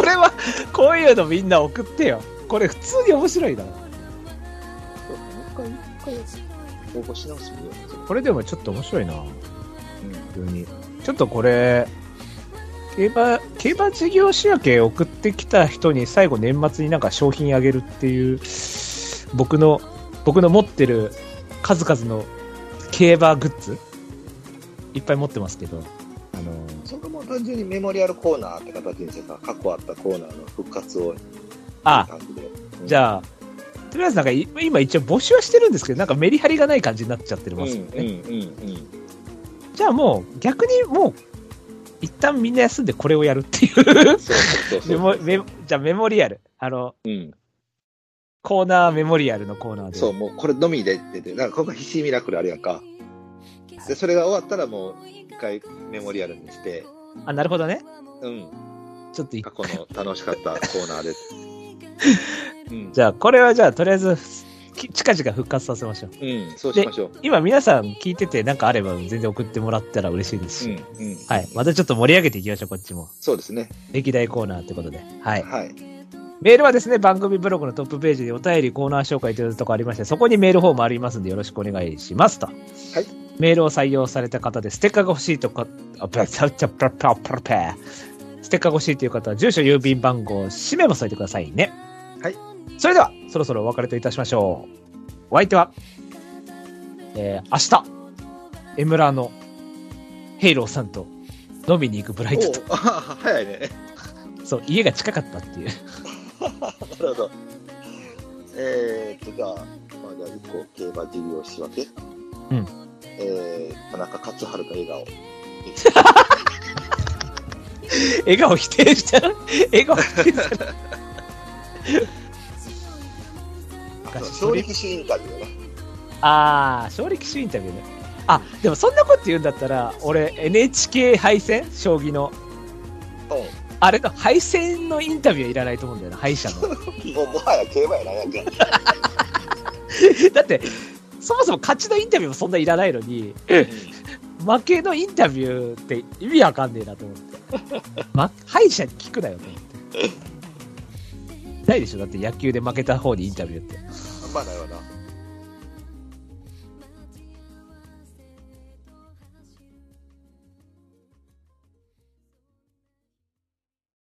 [SPEAKER 1] これは、こういうのみんな送ってよ。これ普通に面白いな。
[SPEAKER 2] そうもう一回、もう一回、応募し直してみよう。
[SPEAKER 1] これでもちょっと面白いな。普通に。ちょっとこれ、競馬、競馬事業仕分け送ってきた人に最後年末になんか商品あげるっていう、僕の、僕の持ってる数々の競馬グッズ、いっぱい持ってますけど、あの、
[SPEAKER 2] それも単純にメモリアルコーナーって形にしてさ、過去あったコーナーの復活を、
[SPEAKER 1] あ、
[SPEAKER 2] 感じで。
[SPEAKER 1] じゃあ、とりあえずなんかい今一応募集はしてるんですけど、なんかメリハリがない感じになっちゃって
[SPEAKER 2] うん、
[SPEAKER 1] ま
[SPEAKER 2] う
[SPEAKER 1] す
[SPEAKER 2] ん、
[SPEAKER 1] よ
[SPEAKER 2] うん
[SPEAKER 1] ね。、
[SPEAKER 2] うん。
[SPEAKER 1] じゃあもう逆にもう一旦みんな休んでこれをやるっていう
[SPEAKER 2] そうそうそう
[SPEAKER 1] メ
[SPEAKER 2] そ
[SPEAKER 1] モ
[SPEAKER 2] う。
[SPEAKER 1] メモじゃあメモリアル。あの、
[SPEAKER 2] うん。
[SPEAKER 1] コーナーメモリアルのコーナーで。
[SPEAKER 2] そう、もうこれのみでってて、なんか今回、ひしミラクルあるやんか。で、それが終わったらもう、一回メモリアルにして、
[SPEAKER 1] あ、なるほどね。
[SPEAKER 2] うん、
[SPEAKER 1] ちょっと一
[SPEAKER 2] 過去の楽しかったコーナーで。 うん、
[SPEAKER 1] じゃあ、これはじゃあ、とりあえず、き近々復活させましょう。
[SPEAKER 2] うん、そうしましょう。
[SPEAKER 1] 今、皆さん聞いてて、なんかあれば全然送ってもらったら嬉しいですし。
[SPEAKER 2] うん、うん、
[SPEAKER 1] はい。またちょっと盛り上げていきましょう、こっちも。
[SPEAKER 2] そうですね。
[SPEAKER 1] 歴代コーナーってことで。はい。
[SPEAKER 2] はい。。
[SPEAKER 1] メールはですね、番組ブログのトップページでお便りコーナー紹介というとこありまして、そこにメールフォームありますんで、よろしくお願いしますと。はいメールを採用された方で、ステッカーが欲しいとか、あ、プラプラプラプラプラプラプラステッカーが欲しいという方は、住所、郵便番号、氏名も添えてくださいね。
[SPEAKER 2] はい。
[SPEAKER 1] それでは、そろそろお別れといたしましょう。お相手は、えー、明日、エムラのヘイローさんと飲みに行くブライト
[SPEAKER 2] お
[SPEAKER 1] と、
[SPEAKER 2] あ 早いね。
[SPEAKER 1] そう、家が近かったっていう。
[SPEAKER 2] なるほど。えーっと、じゃあ、まあ、じゃあ、一個、競馬事業仕分け。
[SPEAKER 1] うん。
[SPEAKER 2] えー、田中克春の笑顔。
[SPEAKER 1] 笑顔否定しちゃう 笑顔否定しちゃう
[SPEAKER 2] あ
[SPEAKER 1] 昔
[SPEAKER 2] そう正直主義インタビューだな。
[SPEAKER 1] ああ、勝力士インタビューね。あ、でもそんなこと言うんだったら、俺、NHK 敗戦将棋の。
[SPEAKER 2] う
[SPEAKER 1] あれの敗戦のインタビューはいらないと思うんだよな、敗者の。
[SPEAKER 2] ん。もう、もはや競馬やないやんけ。
[SPEAKER 1] だって、そもそも勝ちのインタビューもそんないらないのに、負けのインタビューって意味わかんねえなと思って。ま、敗者に聞くなよと思って。ないでしょだって野球で負けた方にインタビューって。
[SPEAKER 2] まあ、ないわな。